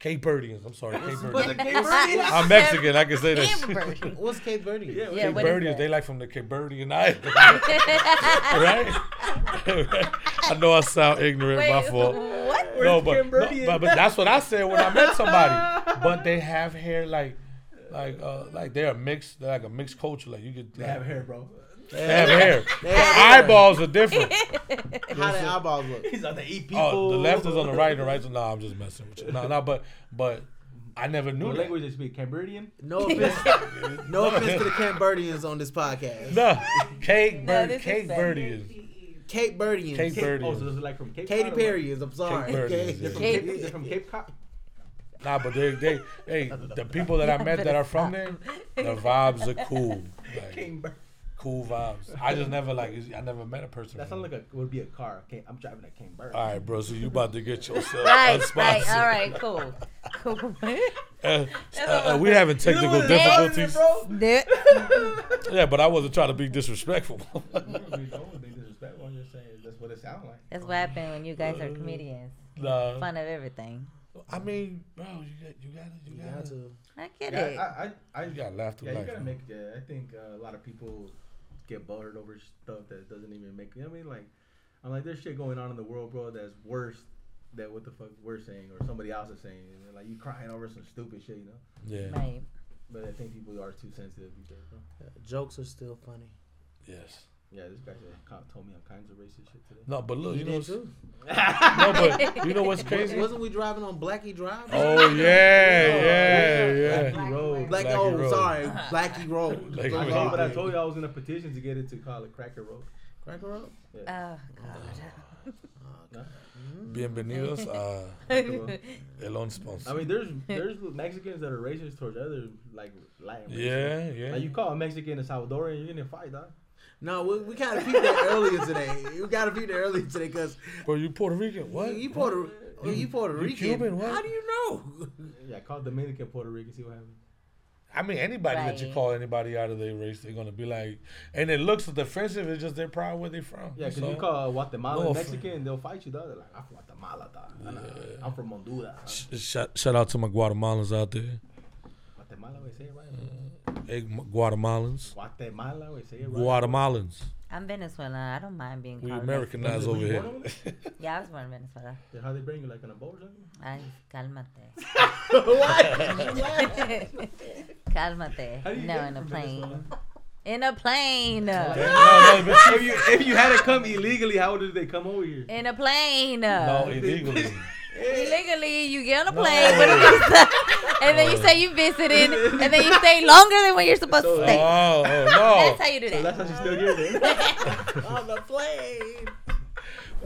Speaker 3: Cape Verdeans. I'm sorry, Cape Verdeans.
Speaker 4: Cape
Speaker 3: I'm Mexican. I can say that.
Speaker 4: Verdeans.
Speaker 2: What's Cape Verde?
Speaker 1: Yeah,
Speaker 4: Yeah,
Speaker 3: Cape
Speaker 4: what is
Speaker 3: Verdeans.
Speaker 4: that?
Speaker 3: They like from the Cape Verdean island.
Speaker 4: Wait,
Speaker 3: right? I know I sound ignorant, my fault.
Speaker 4: what?
Speaker 3: No, but, no,
Speaker 1: Cambodian?
Speaker 3: but but that's what I said when I met somebody. But they have hair like like uh like they're a mixed they're like a mixed culture. Like you get
Speaker 1: They have hair, bro.
Speaker 3: They have hair.
Speaker 2: They
Speaker 3: Their
Speaker 2: have hair.
Speaker 3: eyeballs are different. Uh,
Speaker 2: How the eyeballs look?
Speaker 1: He's on the eat people.
Speaker 3: Oh, the left is on the right, and the right's on. No, I'm just messing with you. No, no, but but I never knew
Speaker 1: What
Speaker 3: that.
Speaker 1: language they speak? Cambodian.
Speaker 2: No offense, no offense to the Cambodians on this podcast.
Speaker 3: No, cake
Speaker 4: No,
Speaker 3: bird,
Speaker 4: this is
Speaker 3: cake
Speaker 4: sad.
Speaker 3: birdie is
Speaker 2: Cape Verdeans.
Speaker 3: Cape Verde. Cambodian.
Speaker 1: Oh, so this is like from Cape.
Speaker 2: Katy
Speaker 1: Cod or-
Speaker 2: Perryans. I'm sorry.
Speaker 3: Cape Verdeans,
Speaker 2: Okay.
Speaker 3: yeah.
Speaker 1: From
Speaker 4: Cape-
Speaker 1: Cape, they're from Cape Cod.
Speaker 3: nah, but they they hey the people that I met that are from there, the vibes are cool. Like,
Speaker 1: Camber-
Speaker 3: cool vibes. I just never like. I never met a person.
Speaker 1: That sounds like a would be a car. Okay, I'm driving a Camber.
Speaker 3: All right, bro. So you about to get yourself
Speaker 4: Right, right,
Speaker 3: unsponsored.
Speaker 4: all right, cool. Cool.
Speaker 3: Uh, uh, uh, we having technical
Speaker 1: You know what I'm saying,
Speaker 3: difficulties.
Speaker 1: bro?
Speaker 4: Dude,
Speaker 3: Yeah, but I wasn't trying to be disrespectful.
Speaker 1: You don't think disrespectful. I'm just saying that's what it sounds like.
Speaker 4: That's what happened when you guys are comedians.
Speaker 3: nah.
Speaker 4: Fun of everything.
Speaker 3: I mean, bro, you got, you got to, you got to,
Speaker 4: I get it.
Speaker 1: Yeah, I, I, I,
Speaker 3: you got to laugh through
Speaker 1: yeah, you
Speaker 3: life.
Speaker 1: gotta
Speaker 3: man.
Speaker 1: make. Yeah, I think uh, a lot of people get buttered over stuff that doesn't even make. You know what I mean, like, I'm like, there's shit going on in the world, bro, that's worse than what the fuck we're saying or somebody else is saying. You know, Like, you crying over some stupid shit, you know.
Speaker 3: Yeah.
Speaker 4: Right.
Speaker 1: But I think people are too sensitive these days, bro.
Speaker 2: Jokes are still funny.
Speaker 3: Yes.
Speaker 1: Yeah, this guy just co- told me all kinds of racist shit today.
Speaker 3: No, but look, you know,
Speaker 2: did
Speaker 3: what's, no,
Speaker 2: too.
Speaker 3: but you know what's crazy?
Speaker 2: Wasn't we driving on Blackie Drive?
Speaker 3: Oh yeah, yeah, yeah.
Speaker 1: Blackie Road.
Speaker 2: Black,
Speaker 3: Blackie
Speaker 2: oh,
Speaker 3: Road.
Speaker 2: sorry, Blackie Road.
Speaker 3: Blackie
Speaker 1: I
Speaker 2: I'm
Speaker 3: Road.
Speaker 1: know, but I
Speaker 2: sorry.
Speaker 1: told you I was in a petition to get it to call it Cracker Road.
Speaker 2: Cracker Road.
Speaker 4: Oh,
Speaker 3: Bienvenidos a
Speaker 4: God.
Speaker 3: El Onspons.
Speaker 1: I mean, there's there's Mexicans that are racist towards other like Latin. races.
Speaker 3: yeah, yeah.
Speaker 1: Like you call a Mexican a Salvadorian, you're gonna fight, dog.
Speaker 2: No, we, we kind of peeped that earlier today. We got to peep that earlier today because
Speaker 3: Bro, you Puerto Rican? What?
Speaker 2: you Puerto, oh, you Puerto
Speaker 3: you
Speaker 2: Rican.
Speaker 3: Cuban, what?
Speaker 2: How do you know?
Speaker 1: Yeah, call Dominican Puerto Rican, see what happens.
Speaker 3: I mean, anybody that you
Speaker 4: Right.
Speaker 3: call anybody out of their race, they're gonna be like, and it looks defensive. It's just they're proud where they're from.
Speaker 1: Yeah, because
Speaker 3: So,
Speaker 1: you call Guatemala
Speaker 3: No,
Speaker 1: Mexican, they'll fight you, dog. They're like, I'm from Guatemala, dog. Nah, nah, nah, I'm from Honduras.
Speaker 3: sh- shout, shout out to my Guatemalans out there.
Speaker 1: Guatemala, we say it right.
Speaker 3: Hey, m- Guatemalans,
Speaker 1: Guatemala, we say it right.
Speaker 3: Guatemalans.
Speaker 4: I'm Venezuelan. I don't mind being
Speaker 3: We
Speaker 4: called
Speaker 3: Americanized over here.
Speaker 4: Mexican. Yeah, I was born in Venezuela.
Speaker 1: Then How they bring you, like on a boat or something?
Speaker 4: Ay, cálmate.
Speaker 2: what?
Speaker 4: cálmate.
Speaker 1: How do you
Speaker 4: No,
Speaker 1: get
Speaker 4: in a
Speaker 1: from
Speaker 4: plane.
Speaker 1: Venezuela?
Speaker 4: In a plane.
Speaker 3: no, no, but
Speaker 1: if, you, if you had to come illegally, how did they come over here?
Speaker 4: In a plane.
Speaker 3: no, illegally.
Speaker 4: Illegally, you get on a
Speaker 3: No.
Speaker 4: plane with a visa, and then you say you visited, and then you stay longer than what you're supposed
Speaker 1: So-
Speaker 4: to
Speaker 3: Oh,
Speaker 4: stay.
Speaker 3: oh,
Speaker 4: That's
Speaker 3: no!
Speaker 4: how you do
Speaker 1: So
Speaker 4: that.
Speaker 1: that's how she's still here then.
Speaker 2: On the plane.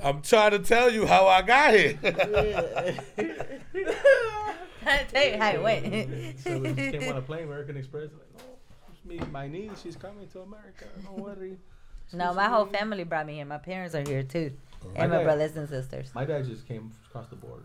Speaker 3: I'm trying to tell you how I got here.
Speaker 4: I tell you how it went.
Speaker 1: so when she came on a plane, American Express, like, no, it's me, my niece, she's coming to America. Don't worry.
Speaker 4: no, my whole family brought me here. My parents are here too, and my
Speaker 1: Okay.
Speaker 4: brothers and sisters.
Speaker 1: Oh My dad just came across the border.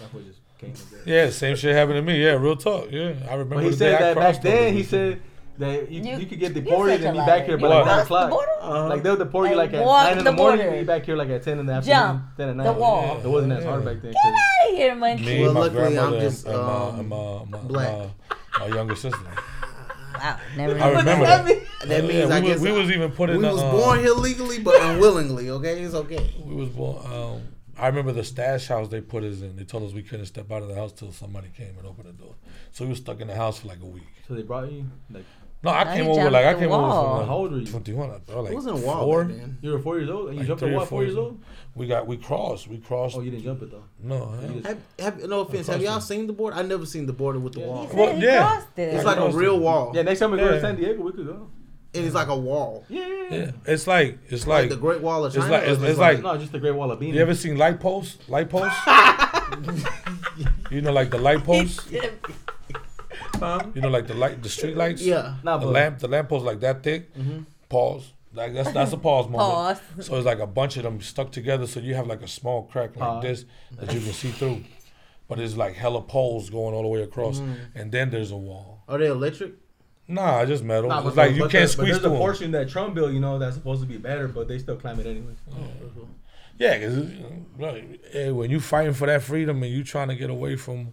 Speaker 1: That boy just came. and did it.
Speaker 3: Yeah, same shit happened to me. Yeah, real talk. Yeah, I remember.
Speaker 1: But he
Speaker 3: the day
Speaker 1: said
Speaker 3: I
Speaker 1: that
Speaker 3: crossed
Speaker 1: back
Speaker 3: over.
Speaker 1: then. He said They, you,
Speaker 4: You-
Speaker 1: you could get
Speaker 4: you're
Speaker 1: deported
Speaker 4: such a
Speaker 1: and be
Speaker 4: liar.
Speaker 1: back here by
Speaker 3: You
Speaker 1: like nine
Speaker 4: crossed the
Speaker 1: o'clock.
Speaker 4: border?
Speaker 2: Uh-huh.
Speaker 1: Like they'll deport you
Speaker 4: Like,
Speaker 1: like at
Speaker 4: walk
Speaker 1: nine in
Speaker 4: the
Speaker 1: the morning,
Speaker 4: border.
Speaker 1: and be back here like at ten in the afternoon,
Speaker 4: Jump
Speaker 1: ten at
Speaker 4: the
Speaker 1: night.
Speaker 4: wall.
Speaker 1: It wasn't as hard back then. 'cause-
Speaker 4: Get out of here, monkey.
Speaker 3: Me,
Speaker 2: Well,
Speaker 3: my
Speaker 2: luckily, I'm
Speaker 3: grandmother, and-
Speaker 2: just,
Speaker 3: and,
Speaker 2: um,
Speaker 3: my, and my, my,
Speaker 2: black.
Speaker 3: my, my younger sister.
Speaker 4: Wow, never
Speaker 3: I
Speaker 4: mind.
Speaker 3: remember that.
Speaker 2: That
Speaker 3: Yeah,
Speaker 2: means I
Speaker 3: we, was-
Speaker 2: guess
Speaker 3: we was even put
Speaker 2: we
Speaker 3: in the.
Speaker 2: was
Speaker 3: um,
Speaker 2: born here legally, but unwillingly. Okay, it's okay.
Speaker 3: We was born. Um, I remember the stash house they put us in. They told us we couldn't step out of the house till somebody came and opened the door. So we was stuck in the house for like a week.
Speaker 1: So they brought you. Like
Speaker 3: No, I
Speaker 4: Now
Speaker 3: came
Speaker 4: you
Speaker 3: over
Speaker 4: jumped
Speaker 3: like I
Speaker 4: the
Speaker 3: came
Speaker 4: wall.
Speaker 3: over from
Speaker 1: How old were
Speaker 3: like
Speaker 1: you?
Speaker 3: twenty one. Like
Speaker 2: it wasn't a wall
Speaker 3: four.
Speaker 2: back then.
Speaker 1: you were four years old and you
Speaker 3: Like
Speaker 1: jumped
Speaker 3: three
Speaker 1: the
Speaker 3: or
Speaker 1: wall.
Speaker 3: four
Speaker 1: Four years
Speaker 3: years
Speaker 1: old.
Speaker 3: We got we crossed. We crossed.
Speaker 1: Oh, you didn't jump it though.
Speaker 3: no, I-
Speaker 1: You just-
Speaker 2: Have, have no offense. Have y'all seen the border? I never seen the border with the
Speaker 1: Yeah.
Speaker 2: wall.
Speaker 4: He
Speaker 3: Well,
Speaker 4: said he
Speaker 3: yeah.
Speaker 4: crossed it.
Speaker 2: It's like a real wall.
Speaker 1: Yeah, next time we go
Speaker 3: Yeah.
Speaker 1: to San Diego, we could go.
Speaker 2: and it's like a wall.
Speaker 1: Yeah, yeah, yeah.
Speaker 3: yeah. It's like it's
Speaker 2: Like
Speaker 3: like.
Speaker 2: the Great Wall of
Speaker 3: It's
Speaker 2: China.
Speaker 3: like-
Speaker 2: or
Speaker 3: it's-
Speaker 2: just
Speaker 3: it's like-
Speaker 1: No, just the Great Wall of Benin.
Speaker 3: you ever seen light posts? Light posts? you know, like the light posts. You know, like the light, the street lights.
Speaker 2: yeah.
Speaker 1: Nah,
Speaker 3: the
Speaker 1: but-
Speaker 3: lamp the lamp post like that thick.
Speaker 1: Mm-hmm.
Speaker 3: Pause. Like that's that's a pause moment.
Speaker 4: Pause.
Speaker 3: So it's like a bunch of them stuck together. So you have like a small crack like
Speaker 1: Pause.
Speaker 3: this that you can see through. But it's like hella poles going all the way across,
Speaker 1: Mm-hmm.
Speaker 3: and then there's a wall.
Speaker 2: Are they electric?
Speaker 3: Nah, it's just metal.
Speaker 1: Nah,
Speaker 3: it's like you
Speaker 1: but
Speaker 3: can't
Speaker 1: there- but
Speaker 3: squeeze
Speaker 1: There's a
Speaker 3: through. 'em.
Speaker 1: portion that Trump built, you know, that's supposed to be better, but they still climb it anyway.
Speaker 3: Yeah, 'cause it- right. Hey, when you fighting for that freedom and you trying to get away from,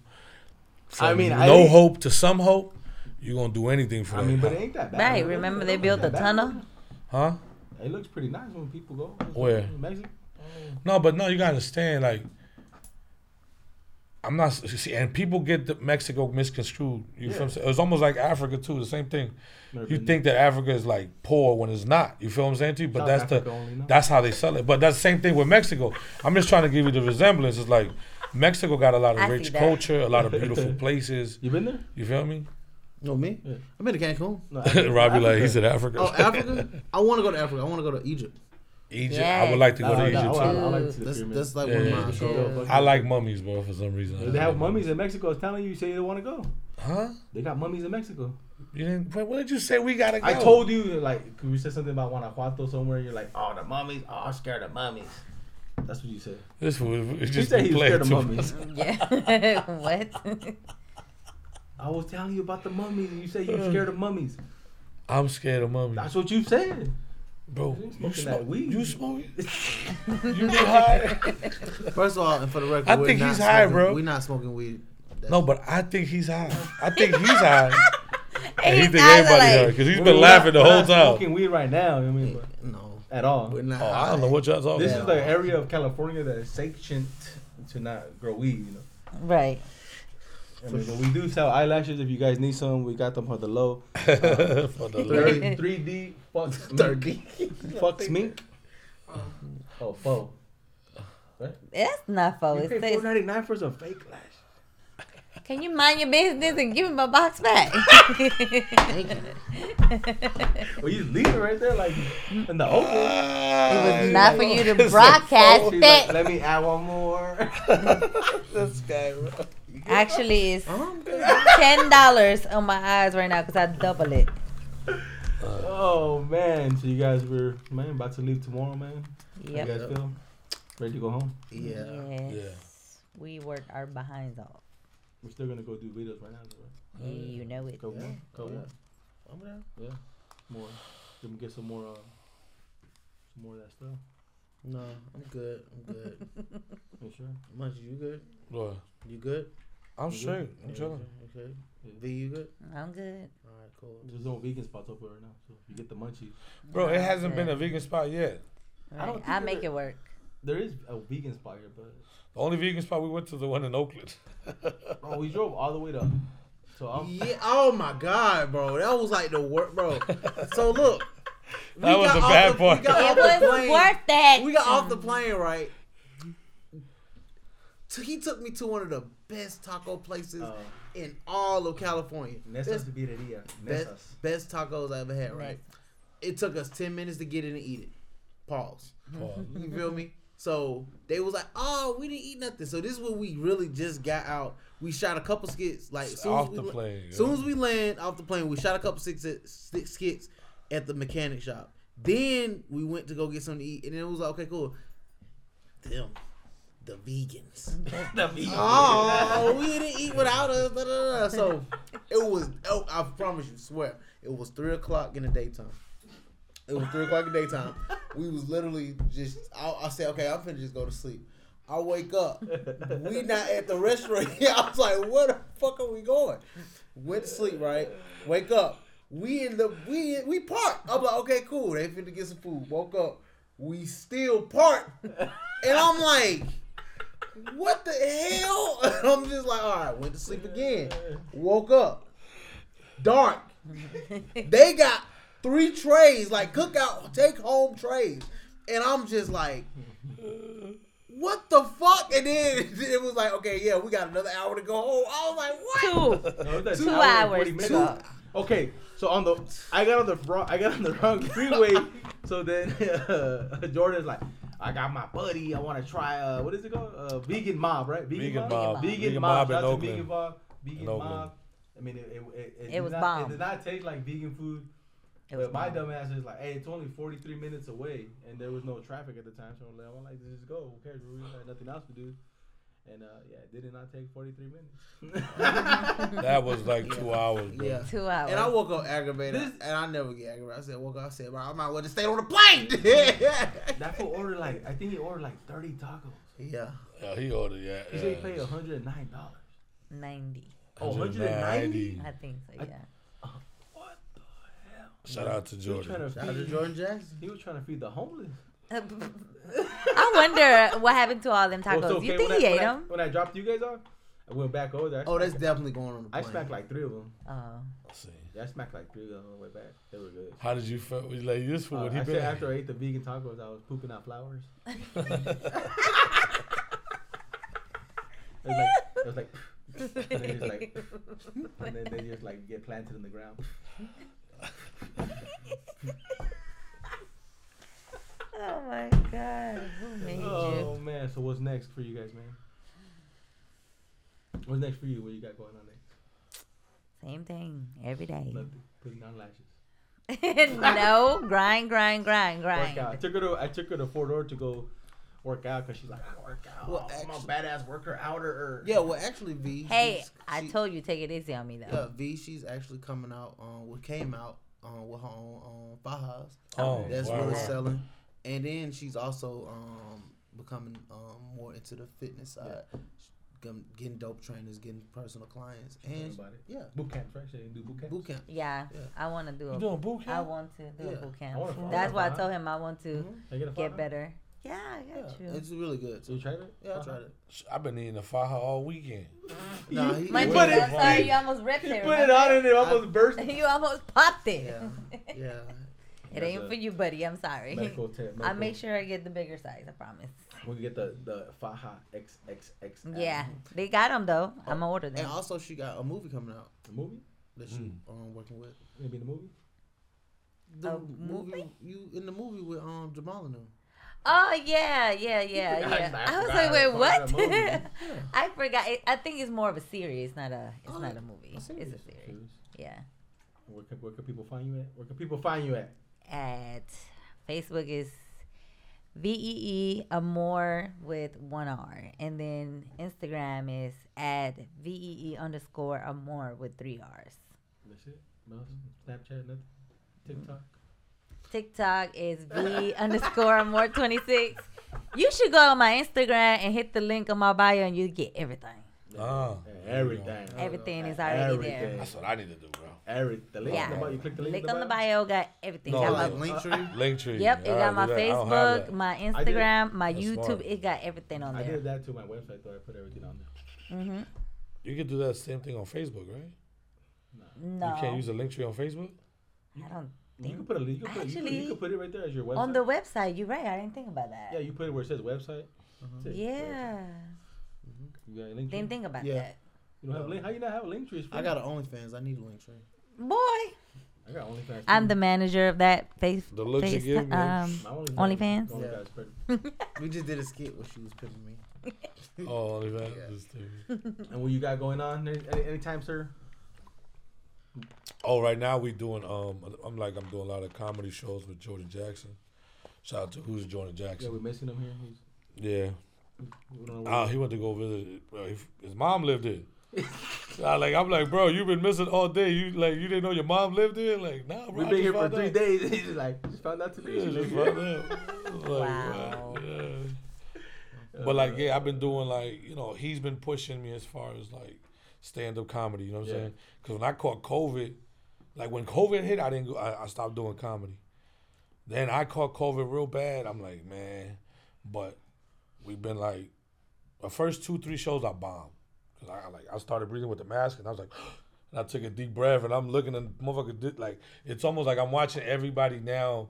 Speaker 3: from
Speaker 1: I mean, I
Speaker 3: no
Speaker 1: ain't-
Speaker 3: hope to some hope, you gonna do anything for
Speaker 1: I
Speaker 3: that.
Speaker 1: mean, but
Speaker 3: huh?
Speaker 1: it ain't that bad.
Speaker 4: Right,
Speaker 1: It
Speaker 4: remember
Speaker 1: ain't
Speaker 4: they
Speaker 1: that
Speaker 4: built a
Speaker 1: bad.
Speaker 4: tunnel?
Speaker 3: huh?
Speaker 1: It looks pretty nice when people go.
Speaker 3: Where?
Speaker 1: Mexico.
Speaker 3: No, but no, you gotta understand. Like, I'm not see, and people get the Mexico misconstrued. You feel
Speaker 1: Yeah.
Speaker 3: what I'm saying? It's almost like Africa too. The same thing.
Speaker 1: Never
Speaker 3: You
Speaker 1: been
Speaker 3: think that Africa is like poor when it's not. You feel what I'm saying to you? But
Speaker 1: South
Speaker 3: that's
Speaker 1: Africa
Speaker 3: the
Speaker 1: only, no?
Speaker 3: that's how they sell it. But that's the same thing with Mexico. I'm just trying to give you the resemblance. It's like Mexico got a lot of
Speaker 4: I see
Speaker 3: rich
Speaker 4: that.
Speaker 3: culture, a lot of beautiful places.
Speaker 1: You been there?
Speaker 3: You feel me?
Speaker 2: No, Oh, me.
Speaker 1: Yeah.
Speaker 2: I've been to Cancun.
Speaker 1: No,
Speaker 3: Robbie, like he
Speaker 1: Africa.
Speaker 3: said, Africa,
Speaker 2: Oh, Africa. I want to go to Africa. I want to go to Egypt.
Speaker 3: Egypt.
Speaker 4: Yeah.
Speaker 3: I would like to go
Speaker 1: Nah,
Speaker 3: to
Speaker 1: nah,
Speaker 3: Egypt.
Speaker 1: I, I,
Speaker 3: too.
Speaker 1: I like to see the
Speaker 2: That's
Speaker 1: pyramids.
Speaker 2: that's like
Speaker 3: Yeah,
Speaker 2: one of
Speaker 3: yeah.
Speaker 2: my.
Speaker 1: Go, go, go.
Speaker 3: I like mummies, bro. For some reason,
Speaker 1: They have mummies in Mexico. I was telling you, you say you want to go.
Speaker 3: Huh?
Speaker 1: They got mummies in Mexico.
Speaker 3: You didn't. What what did you say? We gotta go.
Speaker 1: I told you, like, 'cause you said something about Guanajuato somewhere, and you're like, oh, the mummies. Oh, I'm scared of mummies. That's what you said.
Speaker 3: This was
Speaker 1: You
Speaker 3: just
Speaker 1: said he was
Speaker 3: playing
Speaker 1: scared of
Speaker 3: too
Speaker 1: mummies.
Speaker 4: Yeah. what?
Speaker 1: I was telling you about the mummies, and you said you're scared of mummies.
Speaker 3: much. I'm scared of mummies,
Speaker 1: That's what you said.
Speaker 3: bro.
Speaker 1: you
Speaker 3: You
Speaker 1: smoking that
Speaker 3: smoke
Speaker 1: weed.
Speaker 3: You smoking? you get high?
Speaker 2: First of all, and for the record,
Speaker 3: I
Speaker 2: we're
Speaker 3: think
Speaker 2: not
Speaker 3: he's high,
Speaker 2: smoking-
Speaker 3: bro.
Speaker 2: We're not smoking weed.
Speaker 3: No, but I think he's high. I think he's high. and he
Speaker 4: His
Speaker 3: think
Speaker 4: eyes are
Speaker 3: everybody high
Speaker 4: like-
Speaker 3: because he's
Speaker 1: We're
Speaker 3: been
Speaker 1: not-
Speaker 3: laughing the
Speaker 1: we're
Speaker 3: whole
Speaker 1: not
Speaker 3: time.
Speaker 1: Smoking weed right now. you know what I mean, but
Speaker 2: No,
Speaker 1: at all.
Speaker 2: we're not.
Speaker 3: Oh, I don't know
Speaker 2: high.
Speaker 3: what y'all talking
Speaker 1: This is
Speaker 3: about.
Speaker 1: the area of California that is sanctioned to not grow weed. You know,
Speaker 4: Right.
Speaker 1: I mean, but we do sell eyelashes. If you guys need some, we got them for the low.
Speaker 3: For the Lord.
Speaker 1: Third- 3D fucks mink.
Speaker 2: Thirty.
Speaker 1: Fucks mink. Oh, faux.
Speaker 4: That's not for
Speaker 1: You
Speaker 4: it's,
Speaker 1: paid four ninety nine for some fake lash.
Speaker 4: Can you mind your business and give me my box back?
Speaker 1: Well, you leave it right there, like in the open. Oh,
Speaker 4: It was not for you to broadcast
Speaker 1: She's like,
Speaker 4: it.
Speaker 1: Let me add one more.
Speaker 4: Actually, it's ten dollars on my eyes right now because I double it.
Speaker 1: Oh man, so you guys were man about to leave tomorrow, man.
Speaker 4: Yep.
Speaker 1: You guys feel ready to go home?
Speaker 2: Yeah.
Speaker 4: Yes.
Speaker 3: Yeah.
Speaker 4: We work our behinds off.
Speaker 1: We're still gonna go do videos right now. Bro.
Speaker 4: You know it.
Speaker 1: Go one, go
Speaker 2: yeah.
Speaker 1: one. Yeah, more. Let me get some more. Uh, some more of that stuff.
Speaker 2: No, I'm good. I'm good.
Speaker 1: You sure?
Speaker 2: Munch, you good?
Speaker 3: Lord.
Speaker 2: You good?
Speaker 3: I'm straight. I'm chilling.
Speaker 2: Okay. V, you good?
Speaker 4: I'm good.
Speaker 2: All right, cool.
Speaker 1: There's no vegan spots open right now, so you get the munchies.
Speaker 3: Bro, it hasn't been
Speaker 4: Yeah.
Speaker 3: a vegan spot yet.
Speaker 1: I don't
Speaker 4: Right.
Speaker 1: think
Speaker 4: I
Speaker 1: it
Speaker 4: make
Speaker 1: would-
Speaker 4: it work.
Speaker 1: There is a vegan spot here, but
Speaker 3: The only vegan spot we went to is the one in Oakland.
Speaker 1: bro, we drove all the way to. So I'm.
Speaker 2: Yeah. Oh my God, bro, that was like the work, bro. So look, we
Speaker 3: That was
Speaker 2: got
Speaker 3: the
Speaker 2: off
Speaker 3: bad
Speaker 2: the,
Speaker 3: part.
Speaker 2: We got,
Speaker 4: It
Speaker 2: off the
Speaker 4: was
Speaker 2: plane,
Speaker 4: worth it. Mm.
Speaker 2: we got off the plane, right? So he took me to one of the best taco places
Speaker 1: Uh,
Speaker 2: in all of California.
Speaker 1: Nesas
Speaker 2: Best,
Speaker 1: Birreria.
Speaker 2: best,
Speaker 1: Nesas.
Speaker 2: best tacos I ever had, right? It took us ten minutes to get in and eat it. Pause.
Speaker 3: Pause.
Speaker 2: You feel me? So they was like, "Oh, we didn't eat nothing." So this is when we really just got out. We shot a couple skits. Like soon
Speaker 3: Off
Speaker 2: as we
Speaker 3: the
Speaker 2: la-
Speaker 3: plane, yeah.
Speaker 2: soon as we land off the plane, we shot a couple six, six skits at the mechanic shop. Then we went to go get something to eat, and it was like, "Okay, cool." Damn, the vegans.
Speaker 1: The vegan.
Speaker 2: Oh, we didn't eat without us. da, da, da. So it was. Oh, I promise you, swear, it was three o'clock in the daytime. It was three o'clock in the daytime. We was literally just. I, I said, okay, I'm finna just go to sleep. I wake up. We not at the restaurant. I was like, where the fuck are we going? Went to sleep, right? Wake up. We in the we in- we parked. I'm like, okay, cool. They finna get some food. Woke up. We still parked, and I'm like, what the hell? I'm just like, all right, went to sleep again. Woke up. Dark. They got three trays, like cookout, take home trays. And I'm just like, what the fuck? And then it was like, okay, yeah, we got another hour to go home. I was like, what?
Speaker 4: Two.
Speaker 1: No, it was
Speaker 4: Two
Speaker 1: an hour and
Speaker 4: hours
Speaker 1: 40 minutes.
Speaker 4: to-
Speaker 1: Okay, so on the I got on the wrong I got on the wrong freeway. so then uh, Jordan's like, I got my buddy. I want to try uh, what is it called? Uh, vegan mob, right?
Speaker 3: Vegan Mob.
Speaker 1: Vegan,
Speaker 3: Vegan
Speaker 1: mob. Shout
Speaker 3: Mob in
Speaker 1: out to
Speaker 3: Oakland.
Speaker 1: Vegan mob. Vegan
Speaker 3: In Oakland.
Speaker 1: mob. I mean, it it, it,
Speaker 4: It
Speaker 1: did
Speaker 4: was
Speaker 1: not, It
Speaker 4: bomb.
Speaker 1: did not taste like vegan food.
Speaker 4: It
Speaker 1: but my
Speaker 4: bomb.
Speaker 1: dumb ass is like, hey, it's only 43 minutes away, and there was no traffic at the time, so I'm like, I'm like just go. Who cares? We really had nothing else to do. And uh, yeah, it did not take 43 minutes.
Speaker 3: That was like two hours, bro.
Speaker 2: Yeah.
Speaker 4: Two hours.
Speaker 2: And I woke up aggravated,
Speaker 1: This-
Speaker 2: and I never get aggravated. I said, woke up, I said, bro, I might well just stay on the plane.
Speaker 1: That fool ordered like I think he ordered like thirty tacos.
Speaker 2: yeah.
Speaker 3: Yeah, he ordered, yeah.
Speaker 1: He
Speaker 3: yeah.
Speaker 1: said he paid hundred and nine dollars.
Speaker 4: Ninety.
Speaker 1: Oh,
Speaker 3: 190.
Speaker 1: 190?
Speaker 4: I think so.
Speaker 1: I-
Speaker 4: Yeah.
Speaker 1: What the hell?
Speaker 3: Shout out to
Speaker 1: He was trying
Speaker 3: Jordan.
Speaker 1: to
Speaker 2: Shout out to
Speaker 1: feed.
Speaker 2: Jordan Jackson.
Speaker 1: He was trying to feed the homeless.
Speaker 4: I wonder what happened to all them tacos.
Speaker 1: Oh, so, okay,
Speaker 4: you think
Speaker 1: when
Speaker 4: he
Speaker 1: I,
Speaker 4: ate
Speaker 1: when I-
Speaker 4: them?
Speaker 1: When I dropped you guys off, I went back over there.
Speaker 2: Oh, that's definitely going on the
Speaker 1: I
Speaker 2: plane.
Speaker 1: smacked like three of them.
Speaker 4: Oh.
Speaker 3: Let's see.
Speaker 1: Yeah, I smacked like three of them on the way back. They were good.
Speaker 3: How did you feel? Was you like this fool?
Speaker 1: Uh,
Speaker 3: he
Speaker 1: I
Speaker 3: been
Speaker 1: said after I ate the vegan tacos, I was pooping out flowers. it was like it was like, and then just like, and then they just like get planted in the ground.
Speaker 4: Oh my god. Who made
Speaker 1: Oh man, so what's next for you guys, man? What's next for you? What you got going on next?
Speaker 4: you? Same thing every day.
Speaker 1: Nothing. Putting on lashes.
Speaker 4: no, grind, grind, grind, grind.
Speaker 1: Workout. I took her to I took her to Fort Ord to go work out because she's like I work out.
Speaker 2: Well,
Speaker 1: I'm a
Speaker 2: actually-
Speaker 1: badass worker outer.
Speaker 2: Yeah, well, actually, V.
Speaker 4: Hey,
Speaker 2: she's-
Speaker 4: I
Speaker 2: she-
Speaker 4: told you take it easy on me though.
Speaker 2: Yeah, V. She's actually coming out. Um, what came out um, with her own um, Fajas.
Speaker 3: Oh,
Speaker 2: That's
Speaker 3: wow.
Speaker 2: really selling. And then she's also um becoming um more into the fitness side, Gum- getting dope trainers, getting personal clients, and
Speaker 1: About it.
Speaker 2: yeah,
Speaker 1: Boot camp, right? She didn't do boot camp.
Speaker 2: boot camp.
Speaker 4: Yeah,
Speaker 2: Yeah.
Speaker 4: I want to do
Speaker 3: You
Speaker 4: a.
Speaker 3: doing boot
Speaker 4: I
Speaker 3: camp?
Speaker 4: want to do
Speaker 2: Yeah.
Speaker 4: a boot
Speaker 1: I wanna
Speaker 4: camp.
Speaker 1: follow
Speaker 4: That's
Speaker 1: her
Speaker 4: why I
Speaker 1: behind.
Speaker 4: told him I want to
Speaker 1: Can I get a
Speaker 4: get
Speaker 1: photo?
Speaker 4: better. Yeah, I got
Speaker 2: Yeah,
Speaker 4: you.
Speaker 2: it's really good.
Speaker 1: So you tried it?
Speaker 2: yeah, I tried it.
Speaker 3: Sh- I've been eating a faja all weekend.
Speaker 2: Nah, he,
Speaker 4: My
Speaker 3: You
Speaker 4: dude,
Speaker 3: put it-
Speaker 4: I'm sorry,
Speaker 3: he-
Speaker 4: you almost ripped
Speaker 1: You
Speaker 4: it.
Speaker 1: put it on and it almost
Speaker 2: almost
Speaker 1: burst.
Speaker 4: remember? you almost popped it.
Speaker 2: yeah, yeah.
Speaker 4: It ain't for you, buddy. I'm sorry.
Speaker 1: Medical tip.
Speaker 4: I make sure I get the bigger size. I promise.
Speaker 1: we can get the the Faha XXX.
Speaker 4: Yeah, they got them though. I'm gonna order
Speaker 2: And
Speaker 4: them.
Speaker 2: also, she got a movie coming out
Speaker 1: The movie?
Speaker 2: that she
Speaker 3: Hmm.
Speaker 2: um working with.
Speaker 1: Maybe the movie?
Speaker 2: The
Speaker 4: A
Speaker 2: movie you in the movie with um Jamal and them.
Speaker 4: Oh yeah, yeah, yeah,
Speaker 1: I
Speaker 4: yeah.
Speaker 1: forgot-
Speaker 4: I, was
Speaker 1: I
Speaker 4: like, wait,
Speaker 1: forgot about
Speaker 4: what?
Speaker 1: that
Speaker 4: I forgot. It, I think it's more of a series, not a. It's
Speaker 2: Oh,
Speaker 4: not a movie. It's a
Speaker 2: series.
Speaker 4: series. Yeah.
Speaker 1: Where can, where can people find you at? Where can people find you at?
Speaker 4: At Facebook is V E E Amore with one R, and then Instagram is at V E E underscore Amore with three R's.
Speaker 1: That's it. No,
Speaker 2: Mm-hmm.
Speaker 1: Snapchat, nothing.
Speaker 4: Mm-hmm.
Speaker 1: TikTok.
Speaker 4: TikTok is V E underscore Amore twenty six. You should go on my Instagram and hit the link on my bio, and you get everything.
Speaker 3: Ah,
Speaker 1: Yeah,
Speaker 3: there we go.
Speaker 1: everything.
Speaker 4: Everything is already there.
Speaker 1: Everything.
Speaker 3: That's what I need to do, bro.
Speaker 1: Every the link on
Speaker 4: Yeah.
Speaker 1: the bio. You click the link,
Speaker 4: Click on the bio, got everything.
Speaker 3: No,
Speaker 4: Got
Speaker 2: Oh,
Speaker 3: I
Speaker 4: my
Speaker 2: like
Speaker 3: love-
Speaker 2: Linktree.
Speaker 3: Linktree.
Speaker 4: Yep, it
Speaker 3: All
Speaker 4: got my
Speaker 3: right, do that. I don't have
Speaker 4: Facebook,
Speaker 3: that.
Speaker 4: my
Speaker 1: I did-
Speaker 4: Instagram, my
Speaker 3: That's
Speaker 4: YouTube.
Speaker 3: smart.
Speaker 4: It got everything on
Speaker 1: I
Speaker 4: there.
Speaker 1: did that to my website though. I put everything on there.
Speaker 4: hmm
Speaker 3: You can do that same thing on Facebook, right?
Speaker 4: No,
Speaker 3: You can't use a Linktree on Facebook?
Speaker 4: I don't.
Speaker 1: You can put a link. You can put, you, can, you
Speaker 4: Actually,
Speaker 1: can put it right there as your website.
Speaker 4: On the website, you're right. I didn't think about
Speaker 1: yeah,
Speaker 4: that.
Speaker 1: you put it where it says website. That's it.
Speaker 4: Yeah,
Speaker 1: You got a link.
Speaker 4: didn't think about
Speaker 2: Yeah.
Speaker 4: that.
Speaker 1: You don't have a link. How you not have a link tree? It's
Speaker 2: I
Speaker 1: free.
Speaker 2: got an OnlyFans. I need a Linktree.
Speaker 4: Boy,
Speaker 1: I got OnlyFans.
Speaker 4: I'm
Speaker 1: too.
Speaker 4: the manager of that face.
Speaker 3: The looks you
Speaker 4: face-
Speaker 3: give me.
Speaker 4: Um,
Speaker 1: My OnlyFans.
Speaker 4: OnlyFans?
Speaker 1: OnlyFans. but-
Speaker 2: We just did a skit where she was pimping me.
Speaker 3: Oh, only that.
Speaker 2: Yeah.
Speaker 3: This thing.
Speaker 1: And what you got going on any, any- anytime, sir?
Speaker 3: Oh, right now we doing, um, I'm like, I'm doing a lot of comedy shows with Jordan Jackson. Shout out to who's Jordan
Speaker 1: Yeah,
Speaker 3: Jackson.
Speaker 1: we're missing him here. He's,
Speaker 3: Yeah.
Speaker 1: We don't know where-
Speaker 3: Oh, he went to go visit. Bro, he- his mom lived there. I, like I'm like, bro, you've been missing all day. You like you didn't know your mom lived there? Like, nah, bro.
Speaker 1: We've been
Speaker 3: I just
Speaker 1: here for
Speaker 3: found
Speaker 1: three
Speaker 3: out.
Speaker 1: days. He's just like, just found out today.
Speaker 3: Yeah,
Speaker 1: she live
Speaker 3: just
Speaker 1: here.
Speaker 3: found out. Like,
Speaker 4: Wow.
Speaker 3: yeah. But like, yeah, I've been doing like, you know, he's been pushing me as far as like stand up comedy. You know what I'm
Speaker 1: Yeah.
Speaker 3: saying? Because when I caught COVID, like when COVID hit, I didn't. Go, I, I stopped doing comedy. Then I caught COVID real bad. I'm like, man, but we've been like, the first two three shows I bombed. Cause I I, like I started breathing with the mask and I was like. And I took a deep breath, and I'm looking and motherfucker did like it's almost like I'm watching everybody now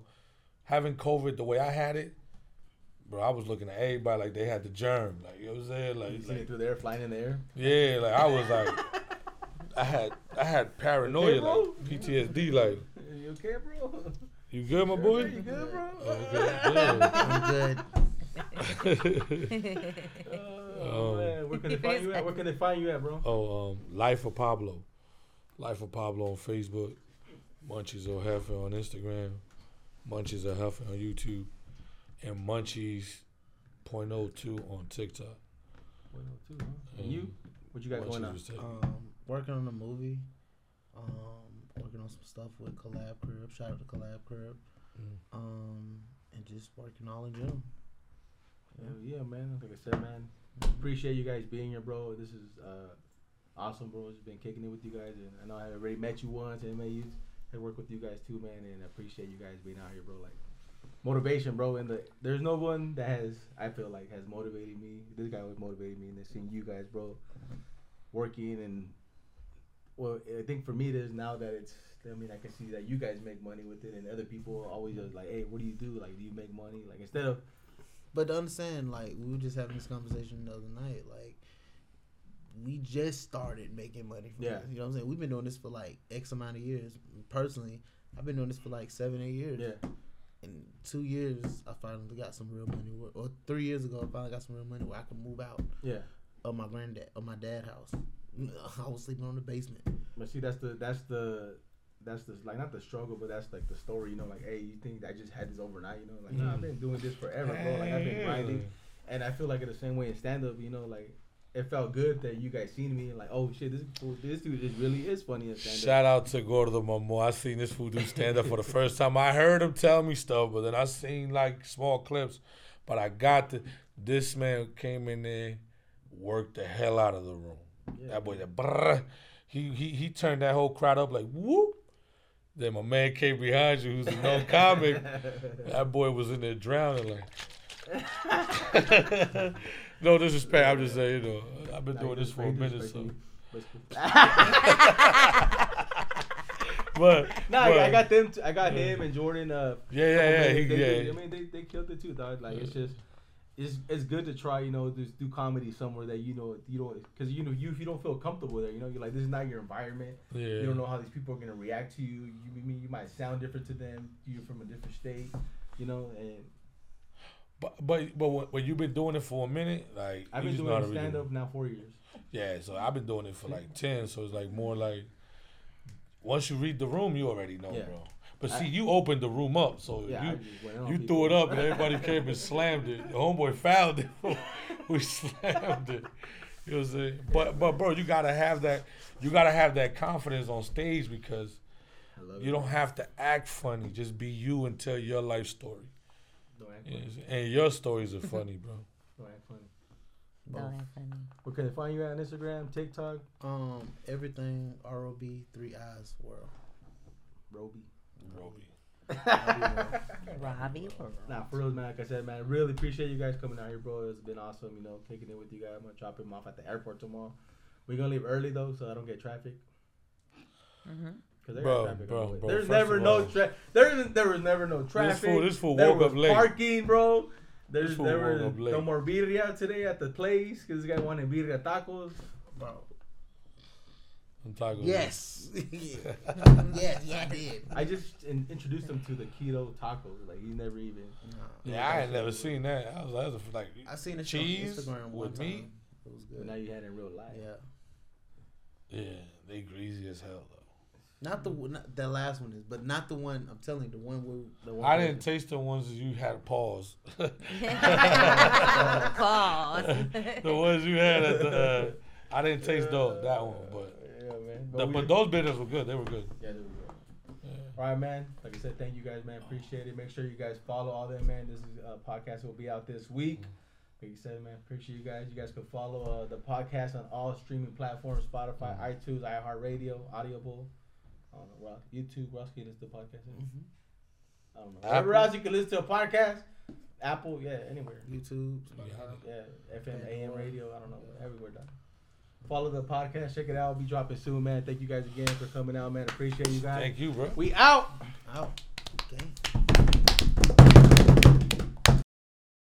Speaker 3: having COVID the way I had it, bro, I was looking at everybody like they had the germ. Like you know what I'm saying?
Speaker 1: You
Speaker 3: Like,
Speaker 1: seen
Speaker 3: like
Speaker 1: it through there, flying in the air.
Speaker 3: yeah, like I was like I had I had paranoia, like
Speaker 1: bro?
Speaker 3: PTSD, like
Speaker 1: You okay, bro?
Speaker 3: you good, my
Speaker 1: You
Speaker 3: boy?
Speaker 1: good, bro?
Speaker 3: Okay, yeah.
Speaker 2: I'm good.
Speaker 1: Oh, man, where can they find you at? Where can they find you at, bro?
Speaker 3: oh, um, Life of Pablo, Life of Pablo on Facebook, Munchies O'Heffer on Instagram, Munchies O'Heffer on YouTube, and Munchies .02 on TikTok.
Speaker 1: 102, huh? And you? What you got going on?
Speaker 3: was taken.
Speaker 2: Um, working on a movie. Um, working on some stuff with Collab Crib. Shout out to Collab Crib.
Speaker 1: Uh-huh.
Speaker 3: Mm.
Speaker 2: Um, and just working all in general.
Speaker 1: Hell yeah, man. Like I said, man, appreciate you guys being here, bro. This is uh, awesome, bro. Just been kicking it with you guys, and I know I already met you once, and may I work with you guys too, man. And I appreciate you guys being out here, bro. Like motivation, bro. And the, there's no one that has I feel like has motivated me. This guy was motivated me, and then seeing you guys, bro, working and well, I think for me, it is now that it's. I mean, I can see that you guys make money with it, and other people always just like, "Hey, what do you do? Like, do you make money?" Like, instead of
Speaker 2: But to understand, like, we were just having this conversation the other night. Like, we just started making money from
Speaker 1: Yeah.
Speaker 2: this. You know what I'm saying? We've been doing this for like X amount of years. Personally, I've been doing this for like seven, eight years.
Speaker 1: yeah,
Speaker 2: In two years, I finally got some real money. Where, or three years ago, I finally got some real money where I could move out
Speaker 1: yeah.
Speaker 2: of my granddad, of my dad's house. I was sleeping on the basement.
Speaker 1: But see, that's the that's the that's the like not the struggle, but that's like the story. You know, like hey, you think I just had this overnight? You know, like
Speaker 3: Mm.
Speaker 1: nah, I've been doing this forever, bro. Like I've been grinding, and I feel like in the same way in stand up. You know, like it felt good that you guys seen me and like oh shit, this fool- this dude just really is funny in stand up.
Speaker 3: Shout out to Gordo Momo. I seen this fool do stand up for the first time. I heard him tell me stuff, but then I seen like small clips. But I got the this man came in there, worked the hell out of the room. That boy, that brrr, he he he turned that whole crowd up like whoop. Then my man came behind you, who's a known comic. that boy was in there drowning like. no disrespect. I'm just saying, you know, I've been doing this for a minute, so. But
Speaker 1: No,
Speaker 3: but,
Speaker 1: I got them. T- I got him and Jordan. Uh,
Speaker 3: Yeah, yeah,
Speaker 1: couple
Speaker 3: yeah,
Speaker 1: minutes.
Speaker 3: he-
Speaker 1: they,
Speaker 3: yeah.
Speaker 1: They, I mean, they, they killed it too, dog. Like it's just, it's it's good to try. You know, just do comedy somewhere that you know you don't because you know you if you don't feel comfortable there. You know, you're like this is not your environment.
Speaker 3: Yeah.
Speaker 1: You don't know how these people are gonna react to you. You I mean you might sound different to them. You're from a different state. You know, and
Speaker 3: But but but when, when you've been doing it for a minute, like
Speaker 1: I've
Speaker 3: you
Speaker 1: been
Speaker 3: just know how
Speaker 1: doing
Speaker 3: to really-
Speaker 1: stand up now four years.
Speaker 3: Yeah, so I've been doing it for like ten. So it's like more like once you read the room, you already know,
Speaker 1: Yeah.
Speaker 3: bro. But see, you opened the room up, so
Speaker 1: Yeah, I
Speaker 3: you
Speaker 1: just went on
Speaker 3: you
Speaker 1: people.
Speaker 3: threw it up, and everybody came and slammed it. The homeboy fouled it. we slammed it. You know what I'm saying? But but bro, you gotta have that. You gotta have that confidence on stage because
Speaker 1: I love
Speaker 3: you don't have to act funny. Just be you and tell your life story.
Speaker 1: Don't act
Speaker 3: You know
Speaker 1: funny.
Speaker 3: what I'm saying? And your stories are funny, bro.
Speaker 1: Don't act funny.
Speaker 4: Don't have funny.
Speaker 1: Where can they find you at on Instagram, TikTok,
Speaker 2: Um, everything R O B three eyes world.
Speaker 1: Roby?
Speaker 3: Roby.
Speaker 4: Robbie World.
Speaker 1: Nah, for real, man. Like I said, man, really appreciate you guys coming out here, bro. It's been awesome, you know, kicking it with you guys. I'm gonna drop him off at the airport tomorrow. We're gonna leave early though, so I don't get traffic. Cause there
Speaker 3: Bro,
Speaker 1: is traffic on
Speaker 3: bro,
Speaker 1: the way.
Speaker 3: bro,
Speaker 1: There's
Speaker 3: first
Speaker 1: never
Speaker 3: of
Speaker 1: no
Speaker 3: all-
Speaker 1: traffic. There is there was never no traffic.
Speaker 3: fool- this fool
Speaker 1: there
Speaker 3: woke up
Speaker 1: was
Speaker 3: late.
Speaker 1: Parking, bro. There's
Speaker 3: This fool
Speaker 1: there
Speaker 3: woke
Speaker 1: were
Speaker 3: up late.
Speaker 1: no more birria today at the place because this guy wanted birria tacos.
Speaker 2: Bro.
Speaker 3: I'm talking.
Speaker 2: Yes. yes, I did.
Speaker 1: I just in- introduced him to the keto tacos. Like he never even.
Speaker 2: Nah,
Speaker 3: Yeah, I ain't never seen that. I was, I was like,
Speaker 2: I seen it
Speaker 3: cheese
Speaker 2: on Instagram one
Speaker 3: with
Speaker 2: time.
Speaker 3: meat.
Speaker 2: It was
Speaker 1: But
Speaker 2: good.
Speaker 1: now you had it in real life.
Speaker 2: Yeah.
Speaker 3: Yeah, they greasy as hell though.
Speaker 2: Not the one- not, the last one is, but not the one. I'm telling you, the one where the one
Speaker 3: I didn't taste the ones that you had to pause.
Speaker 4: Pause.
Speaker 3: the ones you had at the. Uh, I didn't taste those that one, but
Speaker 1: Yeah, man.
Speaker 3: the,
Speaker 1: we-
Speaker 3: but those bitters were good. They were good.
Speaker 1: Yeah, there we go. All right, man. Like I said, thank you guys, man. Appreciate it. Make sure you guys follow all that, man. This is, uh, podcast will be out this week. Like you said, man, appreciate you guys. You guys can follow uh, the podcast on all streaming platforms Spotify, iTunes, iHeartRadio, Audible. I don't know, where else- YouTube, where else can you listen to podcasts? at? I don't know. Wherever
Speaker 3: Apple.
Speaker 1: else you can listen to a podcast, Apple, yeah, anywhere.
Speaker 2: YouTube.
Speaker 1: Yeah, FM, AM radio. I don't know, everywhere. Dog. Follow the podcast. Check it out. We'll be dropping soon, man. Thank you guys again for coming out, man. Appreciate you guys.
Speaker 3: Thank you, bro.
Speaker 1: We out.
Speaker 2: Out.